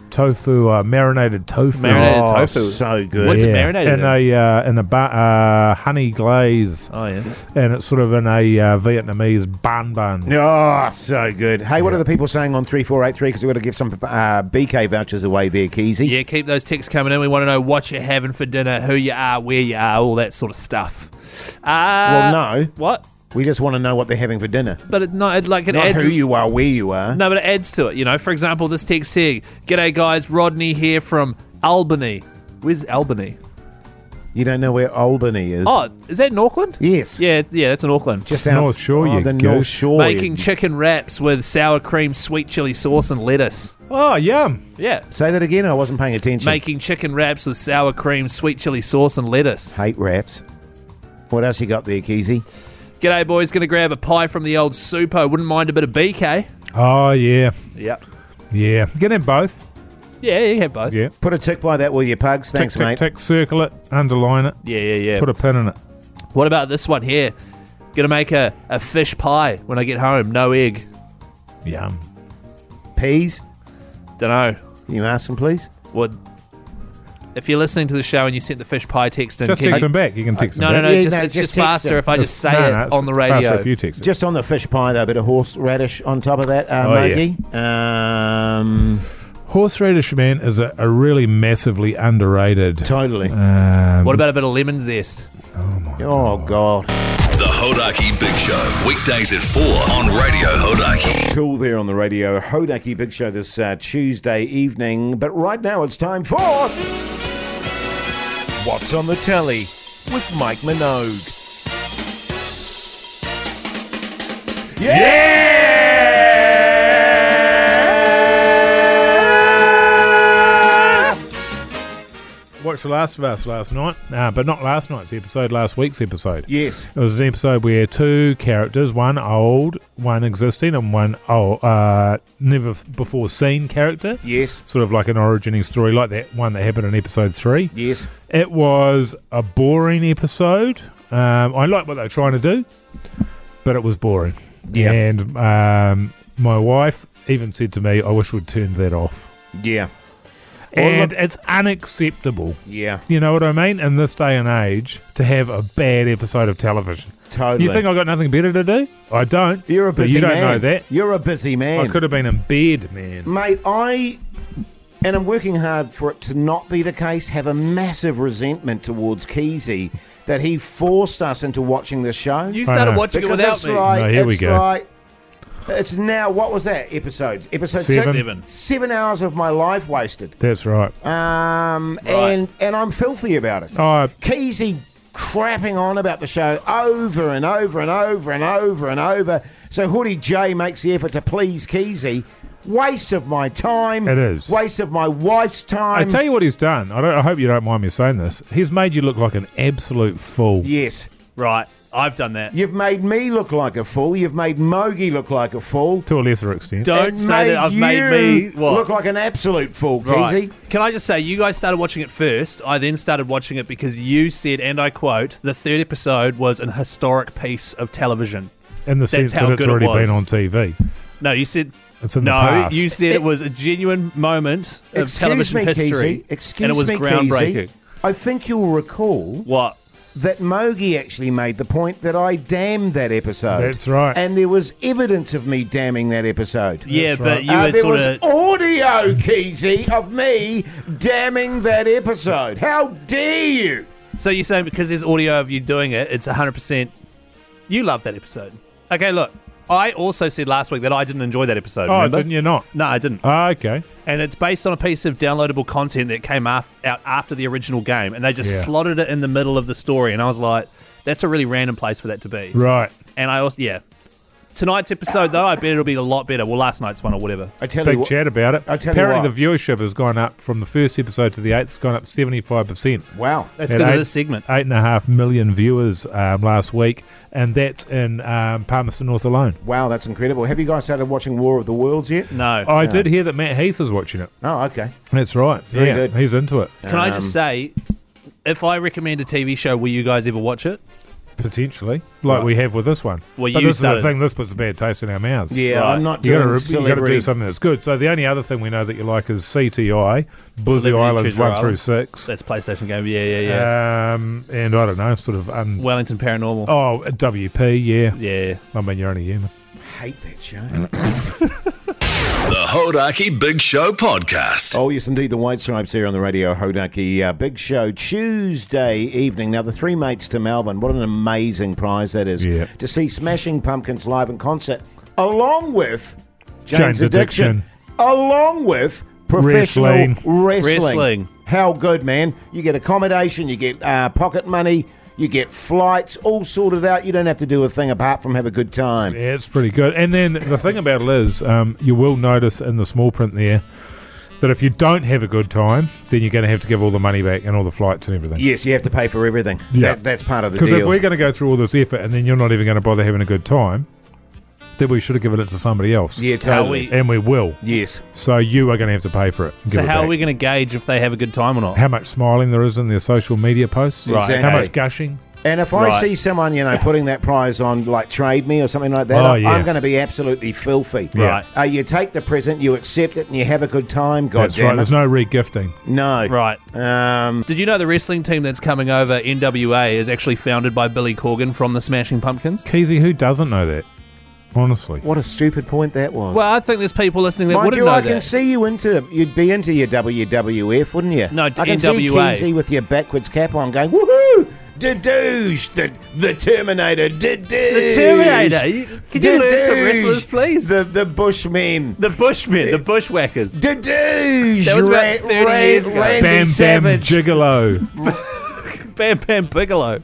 [SPEAKER 6] Tofu, uh, marinated tofu.
[SPEAKER 3] Marinated
[SPEAKER 5] Oh,
[SPEAKER 3] tofu.
[SPEAKER 5] so good.
[SPEAKER 3] What's it marinated
[SPEAKER 6] in
[SPEAKER 3] in?
[SPEAKER 6] a uh, in a ba- uh, honey glaze,
[SPEAKER 3] Oh yeah.
[SPEAKER 6] and it's sort of in a uh, Vietnamese bun bun.
[SPEAKER 5] Oh, so good. Hey, what are the people saying on 3483? Because we've got to give some uh, BK vouchers away there, Keezy.
[SPEAKER 3] Yeah, keep those texts coming in. We want to know what you're having for dinner, who you are, where you are, all that sort of stuff. Uh,
[SPEAKER 5] Well, no.
[SPEAKER 3] What?
[SPEAKER 5] We just want to know what they're having for dinner.
[SPEAKER 3] But it, no, it, like it
[SPEAKER 5] Not
[SPEAKER 3] adds.
[SPEAKER 5] who you are, where you are.
[SPEAKER 3] no, but it adds to it. You know, for example, this text here. G'day, guys. Rodney here from Albany. Where's Albany?
[SPEAKER 5] You don't know where Albany is.
[SPEAKER 3] Oh, is that in Auckland?
[SPEAKER 5] yes.
[SPEAKER 3] Yeah, yeah, that's in Auckland.
[SPEAKER 5] Just out
[SPEAKER 6] North Shore,
[SPEAKER 5] Oh,
[SPEAKER 6] you
[SPEAKER 5] the
[SPEAKER 6] goose.
[SPEAKER 5] North Shore.
[SPEAKER 3] Making chicken wraps with sour cream, sweet chili sauce, and lettuce.
[SPEAKER 6] Oh, yum.
[SPEAKER 3] Yeah.
[SPEAKER 5] Say that again. I wasn't paying attention.
[SPEAKER 3] Making chicken wraps with sour cream, sweet chili sauce, and lettuce.
[SPEAKER 5] hate wraps. What else you got there, Keezy?
[SPEAKER 3] G'day, boys. Gonna grab a pie from the old super. Wouldn't mind a bit of BK.
[SPEAKER 6] Oh, yeah.
[SPEAKER 3] Yep.
[SPEAKER 6] Yeah. Get in both.
[SPEAKER 3] Yeah, you have both. Yeah,
[SPEAKER 6] Yeah.
[SPEAKER 5] Put a tick by that, will you, Pugs? Thanks,
[SPEAKER 6] tick, tick,
[SPEAKER 5] mate.
[SPEAKER 6] tick. Circle it. Underline it.
[SPEAKER 3] yeah, yeah.
[SPEAKER 6] Put a pin in it.
[SPEAKER 3] what about this one here? Gonna make a, a fish pie when I get home. No egg.
[SPEAKER 6] Yum.
[SPEAKER 5] Peas.
[SPEAKER 3] Dunno.
[SPEAKER 5] Can you ask them, please?
[SPEAKER 3] What? If you're listening to the show and you sent the fish pie text in,
[SPEAKER 6] Just
[SPEAKER 3] can
[SPEAKER 6] text
[SPEAKER 3] you,
[SPEAKER 6] them back. You can text
[SPEAKER 3] no,
[SPEAKER 6] them
[SPEAKER 3] no,
[SPEAKER 6] back.
[SPEAKER 3] no,
[SPEAKER 5] Yeah,
[SPEAKER 3] just,
[SPEAKER 5] no,
[SPEAKER 3] it's
[SPEAKER 5] just
[SPEAKER 3] just
[SPEAKER 5] text
[SPEAKER 3] faster
[SPEAKER 5] them.
[SPEAKER 3] if I just say
[SPEAKER 6] No,
[SPEAKER 3] it
[SPEAKER 6] no, it's
[SPEAKER 3] on the
[SPEAKER 6] faster
[SPEAKER 3] radio.
[SPEAKER 6] If you text it.
[SPEAKER 5] Just on the fish pie, though, a bit of horseradish on top of that, uh,
[SPEAKER 6] Oh, yeah.
[SPEAKER 5] Mogi. Um,
[SPEAKER 6] Horseradish Man is a, a really massively underrated.
[SPEAKER 5] totally.
[SPEAKER 6] Um,
[SPEAKER 3] what about a bit of lemon zest?
[SPEAKER 5] oh, God.
[SPEAKER 7] The Hodaki Big Show, weekdays at 4 on Radio Hodaki.
[SPEAKER 5] Tool there on the radio. Hodaki Big Show this uh, Tuesday evening. But right now it's time for. What's on the telly with Mike Minogue. Yeah!
[SPEAKER 6] Watched The Last of Us last night, uh, but not last night's episode, last week's episode.
[SPEAKER 5] Yes.
[SPEAKER 6] It was an episode where two characters, one old, one existing, and one oh, uh, never f- before seen character,
[SPEAKER 5] Yes.
[SPEAKER 6] sort of like an origining story, like that one that happened in episode three.
[SPEAKER 5] Yes.
[SPEAKER 6] It was a boring episode. Um, I like what they're trying to do, but it was boring.
[SPEAKER 5] Yeah.
[SPEAKER 6] And um, my wife even said to me, "I wish we'd turned that off."
[SPEAKER 5] Yeah. Well,
[SPEAKER 6] And
[SPEAKER 5] look-
[SPEAKER 6] it's unacceptable.
[SPEAKER 5] Yeah.
[SPEAKER 6] You know what I mean? In this day and age, to have a bad episode of television.
[SPEAKER 5] Totally.
[SPEAKER 6] You think I got nothing better to do? I don't.
[SPEAKER 5] You're a
[SPEAKER 6] But
[SPEAKER 5] busy
[SPEAKER 6] You don't
[SPEAKER 5] man.
[SPEAKER 6] know that.
[SPEAKER 5] You're a busy man.
[SPEAKER 6] I could have been in bed, man.
[SPEAKER 5] Mate, I and I'm working hard for it to not be the case. Have a massive resentment towards Keezy that he forced us into watching this show.
[SPEAKER 3] You
[SPEAKER 6] started
[SPEAKER 3] started
[SPEAKER 6] know.
[SPEAKER 3] watching
[SPEAKER 5] because
[SPEAKER 3] it without
[SPEAKER 5] it's
[SPEAKER 3] me.
[SPEAKER 5] like
[SPEAKER 6] No, here we
[SPEAKER 5] it's
[SPEAKER 6] go.
[SPEAKER 5] like it's now what was that episodes? Episode six?
[SPEAKER 6] Seven.
[SPEAKER 3] Seven.
[SPEAKER 5] Seven hours of my life wasted.
[SPEAKER 6] That's right.
[SPEAKER 5] Um, and and I'm filthy about it.
[SPEAKER 6] Oh,
[SPEAKER 5] Keezy crapping on about the show over and over and over and over and over. So Hoodie J makes the effort to please Keezy. Waste of my time.
[SPEAKER 6] It is.
[SPEAKER 5] Waste of my wife's time.
[SPEAKER 6] I tell you what he's done. I, don't, I hope you don't mind me saying this. He's made you look like an absolute fool.
[SPEAKER 5] yes.
[SPEAKER 3] Right, I've done that.
[SPEAKER 5] You've made me look like a fool. You've made Mogi look like a fool.
[SPEAKER 6] To a lesser extent.
[SPEAKER 3] Don't
[SPEAKER 5] And
[SPEAKER 3] say that I've
[SPEAKER 5] you
[SPEAKER 3] made me what?
[SPEAKER 5] look like an absolute fool,
[SPEAKER 3] Right.
[SPEAKER 5] Keezy.
[SPEAKER 3] Can I just say, you guys started watching it first. I then started watching it because you said, and I quote, the third episode was an historic piece of television.
[SPEAKER 6] in the sense
[SPEAKER 3] how
[SPEAKER 6] that it's
[SPEAKER 3] good it
[SPEAKER 6] already
[SPEAKER 3] was.
[SPEAKER 6] been on TV.
[SPEAKER 3] No, you said.
[SPEAKER 6] It's in the
[SPEAKER 3] no,
[SPEAKER 6] past.
[SPEAKER 3] you said
[SPEAKER 5] It-
[SPEAKER 3] it was a genuine moment of
[SPEAKER 5] Excuse
[SPEAKER 3] television
[SPEAKER 5] me,
[SPEAKER 3] history.
[SPEAKER 5] Keezy. Excuse
[SPEAKER 3] and it was
[SPEAKER 5] me,
[SPEAKER 3] groundbreaking.
[SPEAKER 5] Keezy. I think you'll recall
[SPEAKER 3] What?
[SPEAKER 5] that Mogi actually made the point that I damned that episode.
[SPEAKER 6] That's right.
[SPEAKER 5] And there was evidence of me damning that episode.
[SPEAKER 3] Yeah,
[SPEAKER 6] That's
[SPEAKER 3] but
[SPEAKER 6] right.
[SPEAKER 3] you
[SPEAKER 5] Uh,
[SPEAKER 3] had
[SPEAKER 5] there
[SPEAKER 3] sort
[SPEAKER 5] was
[SPEAKER 3] of.
[SPEAKER 5] audio, Keezy, of me damning that episode. How dare you?
[SPEAKER 3] So you're saying because there's audio of you doing it, it's 100%. You love that episode. Okay, look. I also said last week that I didn't enjoy that episode.
[SPEAKER 6] Oh,
[SPEAKER 3] remember?
[SPEAKER 6] didn't you not?
[SPEAKER 3] No, I didn't.
[SPEAKER 6] Ah, okay.
[SPEAKER 3] and it's based on a piece of downloadable content that came af- out after the original game, and they just
[SPEAKER 6] Yeah.
[SPEAKER 3] slotted it in the middle of the story, and I was like, "That's a really random place for that to be."
[SPEAKER 6] Right.
[SPEAKER 3] And I also, yeah, tonight's episode though, I bet it'll be a lot better. Well, last night's one or whatever.
[SPEAKER 5] I tell you
[SPEAKER 6] Big
[SPEAKER 5] what,
[SPEAKER 6] chat about it.
[SPEAKER 5] I tell you
[SPEAKER 6] Apparently,
[SPEAKER 5] what.
[SPEAKER 6] the viewership has gone up from the first episode to the eighth. It's gone up seventy-five percent.
[SPEAKER 5] wow.
[SPEAKER 3] That's
[SPEAKER 6] Had
[SPEAKER 3] because of
[SPEAKER 6] eight-
[SPEAKER 3] this segment.
[SPEAKER 6] Eight and a half million viewers um, last week, and that's in um, Palmerston North alone.
[SPEAKER 5] Wow, that's incredible. Have you guys started watching War of the Worlds yet?
[SPEAKER 3] No,
[SPEAKER 6] I did hear that Matt Heath is watching it.
[SPEAKER 5] Oh, okay.
[SPEAKER 6] That's right.
[SPEAKER 5] very
[SPEAKER 6] yeah,
[SPEAKER 5] good.
[SPEAKER 6] he's into it
[SPEAKER 3] can I just say, if I recommend a TV show, will you guys ever watch it?
[SPEAKER 6] potentially, like we have with this one.
[SPEAKER 3] Well,
[SPEAKER 6] but
[SPEAKER 3] you
[SPEAKER 6] this
[SPEAKER 3] started-
[SPEAKER 6] is the thing. This puts a bad taste in our mouths.
[SPEAKER 5] Yeah,
[SPEAKER 3] Right.
[SPEAKER 5] I'm not
[SPEAKER 6] You
[SPEAKER 5] doing
[SPEAKER 6] gotta, re- you gotta
[SPEAKER 5] celebrity.
[SPEAKER 6] do something that's good. So the only other thing we know that you like is CTI, Buzzy
[SPEAKER 3] Celebrity
[SPEAKER 6] Islands
[SPEAKER 3] Treasure
[SPEAKER 6] one
[SPEAKER 3] Island.
[SPEAKER 6] through six,
[SPEAKER 3] That's PlayStation game. Yeah, yeah, yeah.
[SPEAKER 6] um, and I don't know, sort of un-
[SPEAKER 3] Wellington Paranormal.
[SPEAKER 6] Uh, Oh, WP, yeah.
[SPEAKER 3] Yeah.
[SPEAKER 6] I mean, you're only human.
[SPEAKER 5] hate that show.
[SPEAKER 7] The Hodaki Big Show podcast.
[SPEAKER 5] Oh, yes, indeed. The White Stripes here on the radio, Hodaki. Uh, big show Tuesday evening. Now, the three mates to Melbourne. What an amazing prize that is
[SPEAKER 6] Yeah.
[SPEAKER 5] to see Smashing Pumpkins live in concert, along with Jane's,
[SPEAKER 6] Jane's
[SPEAKER 5] Addiction,
[SPEAKER 6] Addiction.
[SPEAKER 5] along with professional wrestling.
[SPEAKER 6] Wrestling.
[SPEAKER 3] Wrestling.
[SPEAKER 5] How good, man. You get accommodation, you get uh, pocket money, you get flights, all sorted out. You don't have to do a thing apart from have a good time.
[SPEAKER 6] Yeah, it's pretty good. And then the thing about it is, um, you will notice in the small print there that if you don't have a good time, then you're going to have to give all the money back and all the flights and everything.
[SPEAKER 5] Yes, you have to pay for everything.
[SPEAKER 6] Yeah.
[SPEAKER 5] That, that's part of the
[SPEAKER 6] Because
[SPEAKER 5] deal.
[SPEAKER 6] if we're going to go through all this effort and then you're not even going to bother having a good time, then we should have given it to somebody else.
[SPEAKER 5] yeah,
[SPEAKER 3] How
[SPEAKER 5] totally.
[SPEAKER 3] we-
[SPEAKER 6] And we will.
[SPEAKER 5] yes.
[SPEAKER 6] So you are going to have to pay for it. and
[SPEAKER 3] So
[SPEAKER 6] give it
[SPEAKER 3] how are
[SPEAKER 6] back.
[SPEAKER 3] we going to gauge if they have a good time or not?
[SPEAKER 6] How much smiling there is in their social media posts?
[SPEAKER 5] Right.
[SPEAKER 6] How much
[SPEAKER 5] Exactly.
[SPEAKER 6] gushing?
[SPEAKER 5] And if I
[SPEAKER 3] Right.
[SPEAKER 5] see someone, you know, putting that prize on, like trade me or something like that,
[SPEAKER 6] Oh,
[SPEAKER 5] I-
[SPEAKER 6] yeah.
[SPEAKER 5] I'm going to be absolutely filthy.
[SPEAKER 3] Right.
[SPEAKER 5] Uh, you take the present, you accept it, and you have a good time. God
[SPEAKER 6] That's right.
[SPEAKER 5] damn
[SPEAKER 6] There's no regifting.
[SPEAKER 5] it. No.
[SPEAKER 3] Right.
[SPEAKER 5] Um,
[SPEAKER 3] Did you know the wrestling team that's coming over, NWA, is actually founded by Billy Corgan from the Smashing Pumpkins?
[SPEAKER 6] Keezy, who doesn't know that? Honestly.
[SPEAKER 5] what a stupid point that was.
[SPEAKER 3] Well, I think there's people listening that
[SPEAKER 5] Mind
[SPEAKER 3] wouldn't
[SPEAKER 5] you,
[SPEAKER 3] know
[SPEAKER 5] I
[SPEAKER 3] that.
[SPEAKER 5] can see you into You'd be into your WWF, wouldn't you?
[SPEAKER 3] No,
[SPEAKER 5] I can
[SPEAKER 3] NWA.
[SPEAKER 5] see Keezy with your backwards cap on going, woohoo! Dadoosh! The, the Terminator! Dadoosh! The
[SPEAKER 3] Terminator, you- could you learn some wrestlers, please?
[SPEAKER 5] The, the Bushmen.
[SPEAKER 3] The Bushmen, the Bushwhackers.
[SPEAKER 5] Dadoosh!
[SPEAKER 3] That was about 30 years ago.
[SPEAKER 5] Randy
[SPEAKER 6] Bam Bam
[SPEAKER 5] Savage.
[SPEAKER 6] Gigolo.
[SPEAKER 3] Bam Bam Bigelow.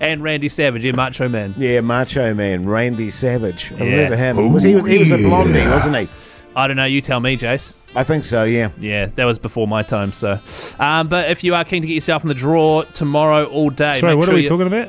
[SPEAKER 3] And Randy Savage, yeah, Macho Man.
[SPEAKER 5] Yeah, Macho Man, Randy Savage. I
[SPEAKER 3] Yeah.
[SPEAKER 5] remember him. Was he, was, he was a blondie, wasn't he?
[SPEAKER 3] I don't know, you tell me, Jace.
[SPEAKER 5] I think so, yeah.
[SPEAKER 3] Yeah, that was before my time, so. Um, but if you are keen to get yourself in the draw tomorrow all day,
[SPEAKER 6] Sorry,
[SPEAKER 3] make
[SPEAKER 6] what
[SPEAKER 3] sure
[SPEAKER 6] are we
[SPEAKER 3] you-
[SPEAKER 6] talking about?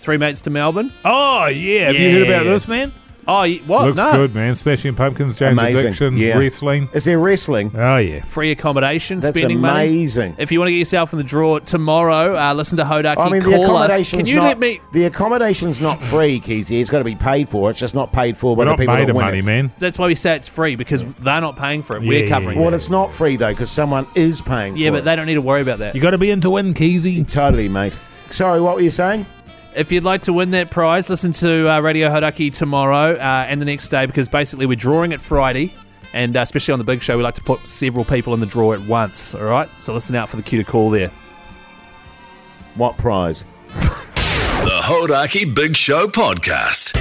[SPEAKER 3] Three mates to Melbourne.
[SPEAKER 6] Oh, yeah. Have you heard about
[SPEAKER 3] Yeah.
[SPEAKER 6] this, man?
[SPEAKER 3] Oh, you, what?
[SPEAKER 6] Looks
[SPEAKER 3] no.
[SPEAKER 6] good, man. Smashing Pumpkins, James
[SPEAKER 5] Amazing.
[SPEAKER 6] Addiction,
[SPEAKER 5] Yeah.
[SPEAKER 6] wrestling.
[SPEAKER 5] Is there wrestling?
[SPEAKER 6] Oh, yeah.
[SPEAKER 3] Free accommodation,
[SPEAKER 5] That's
[SPEAKER 3] spending
[SPEAKER 5] amazing.
[SPEAKER 3] money. If you want to get yourself in the draw tomorrow, uh, listen to Hodaki.
[SPEAKER 5] I mean, the
[SPEAKER 3] call us.
[SPEAKER 5] accommodation's
[SPEAKER 3] Can you
[SPEAKER 5] not,
[SPEAKER 3] let me?
[SPEAKER 5] the accommodation's not free, Keezy. It's got to be paid for. It's just not paid for by
[SPEAKER 6] We're
[SPEAKER 5] the
[SPEAKER 6] not
[SPEAKER 5] people
[SPEAKER 6] made
[SPEAKER 5] that
[SPEAKER 6] of
[SPEAKER 5] win
[SPEAKER 6] money,
[SPEAKER 5] it.
[SPEAKER 6] man.
[SPEAKER 3] That's why we say it's free because they're not paying for it.
[SPEAKER 6] Yeah,
[SPEAKER 3] We're
[SPEAKER 6] yeah,
[SPEAKER 3] covering
[SPEAKER 5] Well,
[SPEAKER 3] it.
[SPEAKER 5] it's not free though, because someone is paying.
[SPEAKER 3] Yeah,
[SPEAKER 5] for
[SPEAKER 3] but they don't need to worry about that.
[SPEAKER 6] You got to be in to win, Keezy.
[SPEAKER 5] it. totally, mate. Sorry, what were you saying?
[SPEAKER 3] If you'd like to win that prize, listen to uh, Radio Hodaki tomorrow uh, and the next day because basically we're drawing it Friday. And uh, especially on the big show, we like to put several people in the draw at once. All right? So listen out for the cue to call there.
[SPEAKER 5] What prize?
[SPEAKER 7] The Hodaki Big Show Podcast.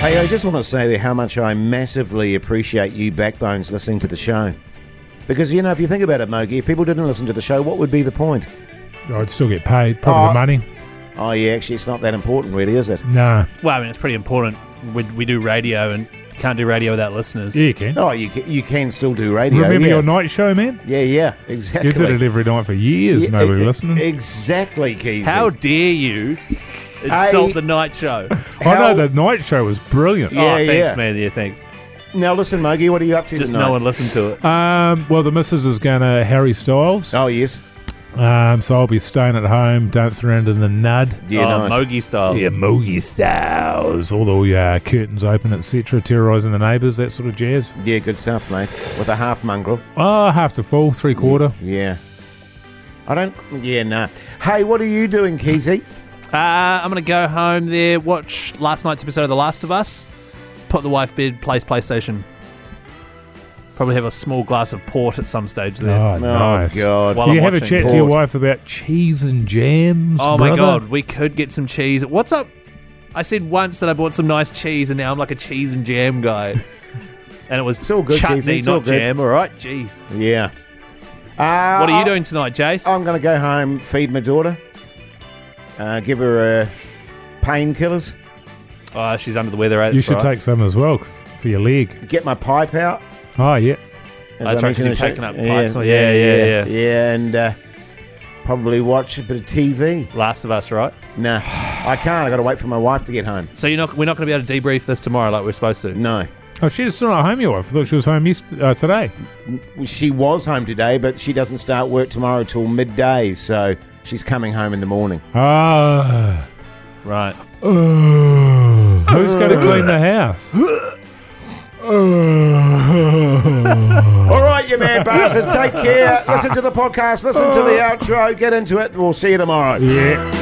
[SPEAKER 5] Hey, I just want to say there how much I massively appreciate you backbones listening to the show. Because you know, if you think about it, Mogi, if people didn't listen to the show, what would be the point?
[SPEAKER 6] I'd still get paid. Probably
[SPEAKER 5] Oh.
[SPEAKER 6] the money.
[SPEAKER 5] Oh, yeah, actually, it's not that important, really, is it?
[SPEAKER 6] Nah.
[SPEAKER 3] Well, I mean, it's pretty important. We, we do radio and you can't do radio without listeners.
[SPEAKER 6] Yeah, you can.
[SPEAKER 5] Oh, you ca- you can still do radio.
[SPEAKER 6] Remember
[SPEAKER 5] yeah.
[SPEAKER 6] your night show, man?
[SPEAKER 5] Yeah, yeah, exactly.
[SPEAKER 6] You did it every night for years.
[SPEAKER 5] Yeah,
[SPEAKER 6] Nobody
[SPEAKER 5] e-
[SPEAKER 6] listening.
[SPEAKER 5] Exactly, Keezy.
[SPEAKER 3] How dare you insult the night show?
[SPEAKER 6] I
[SPEAKER 5] how-
[SPEAKER 6] know the night show was brilliant.
[SPEAKER 5] Yeah,
[SPEAKER 3] oh, thanks,
[SPEAKER 5] yeah.
[SPEAKER 3] man. Yeah, thanks.
[SPEAKER 5] Now listen, Mogi, what are you up to
[SPEAKER 3] Just
[SPEAKER 5] tonight?
[SPEAKER 3] no one listened to it.
[SPEAKER 6] Um, well, the missus is going to Harry Styles,
[SPEAKER 5] Oh yes,
[SPEAKER 6] um, so I'll be staying at home, dancing around in the nud.
[SPEAKER 5] yeah,
[SPEAKER 3] oh,
[SPEAKER 5] nice.
[SPEAKER 3] Mogi style.
[SPEAKER 6] Mogi Styles, all the uh, curtains open, etc., terrorising the neighbours, that sort of jazz.
[SPEAKER 5] yeah, good stuff, mate. With a half mongrel.
[SPEAKER 6] Oh, half to full, three quarter.
[SPEAKER 5] Yeah. I don't. Yeah, nah. Hey, what are you doing, Keezy?
[SPEAKER 3] Uh, I'm gonna go home there, watch last night's episode of The Last of Us, put the wife bed, play PlayStation. Probably have a small glass of port at some stage there.
[SPEAKER 6] Oh, nice.
[SPEAKER 5] Oh God.
[SPEAKER 3] While
[SPEAKER 6] Do you
[SPEAKER 3] I'm
[SPEAKER 6] have a
[SPEAKER 3] watching
[SPEAKER 6] chat to your
[SPEAKER 5] Port.
[SPEAKER 6] wife about cheese and jams?
[SPEAKER 3] Oh my
[SPEAKER 6] brother?
[SPEAKER 3] god, we could get some cheese. What's up? I said once that I bought some nice cheese, and now I'm like a cheese and jam guy. And it was
[SPEAKER 5] all good,
[SPEAKER 3] chutney,
[SPEAKER 5] Keezy, it's all
[SPEAKER 3] not
[SPEAKER 5] good.
[SPEAKER 3] jam. All right, jeez.
[SPEAKER 5] Yeah. Uh,
[SPEAKER 3] What are you doing tonight, Jace?
[SPEAKER 5] I'm going to go home, feed my daughter, uh, give her uh, painkillers,
[SPEAKER 3] oh, she's under the weather. eh?
[SPEAKER 6] You
[SPEAKER 3] That's
[SPEAKER 6] should
[SPEAKER 3] right.
[SPEAKER 6] take some as well f- for your leg.
[SPEAKER 5] get my pipe out.
[SPEAKER 6] Oh, yeah.
[SPEAKER 5] as
[SPEAKER 3] That's
[SPEAKER 5] I
[SPEAKER 3] right, 'cause
[SPEAKER 5] mentioned
[SPEAKER 3] you've
[SPEAKER 5] in the
[SPEAKER 3] taken
[SPEAKER 5] show.
[SPEAKER 3] up pipes, like- yeah, yeah,
[SPEAKER 5] yeah,
[SPEAKER 3] yeah.
[SPEAKER 5] yeah, and uh, probably watch a bit of TV.
[SPEAKER 3] Last of Us, right?
[SPEAKER 5] Nah, I can't. I got to wait for my wife to get home.
[SPEAKER 3] So you're not. We're not going to be able to debrief this tomorrow like we're supposed to.
[SPEAKER 5] No,
[SPEAKER 6] Oh, she's still not home, your wife. I thought she was home yesterday, uh, today.
[SPEAKER 5] she was home today, but she doesn't start work tomorrow till midday, so she's coming home in the morning.
[SPEAKER 6] Ah.
[SPEAKER 3] Right.
[SPEAKER 6] Who's going to clean the house?
[SPEAKER 3] Oh.
[SPEAKER 5] All right, you mad bastards. Take care. Listen to the podcast. Listen to the outro. Get into it. We'll see you tomorrow.
[SPEAKER 6] yeah.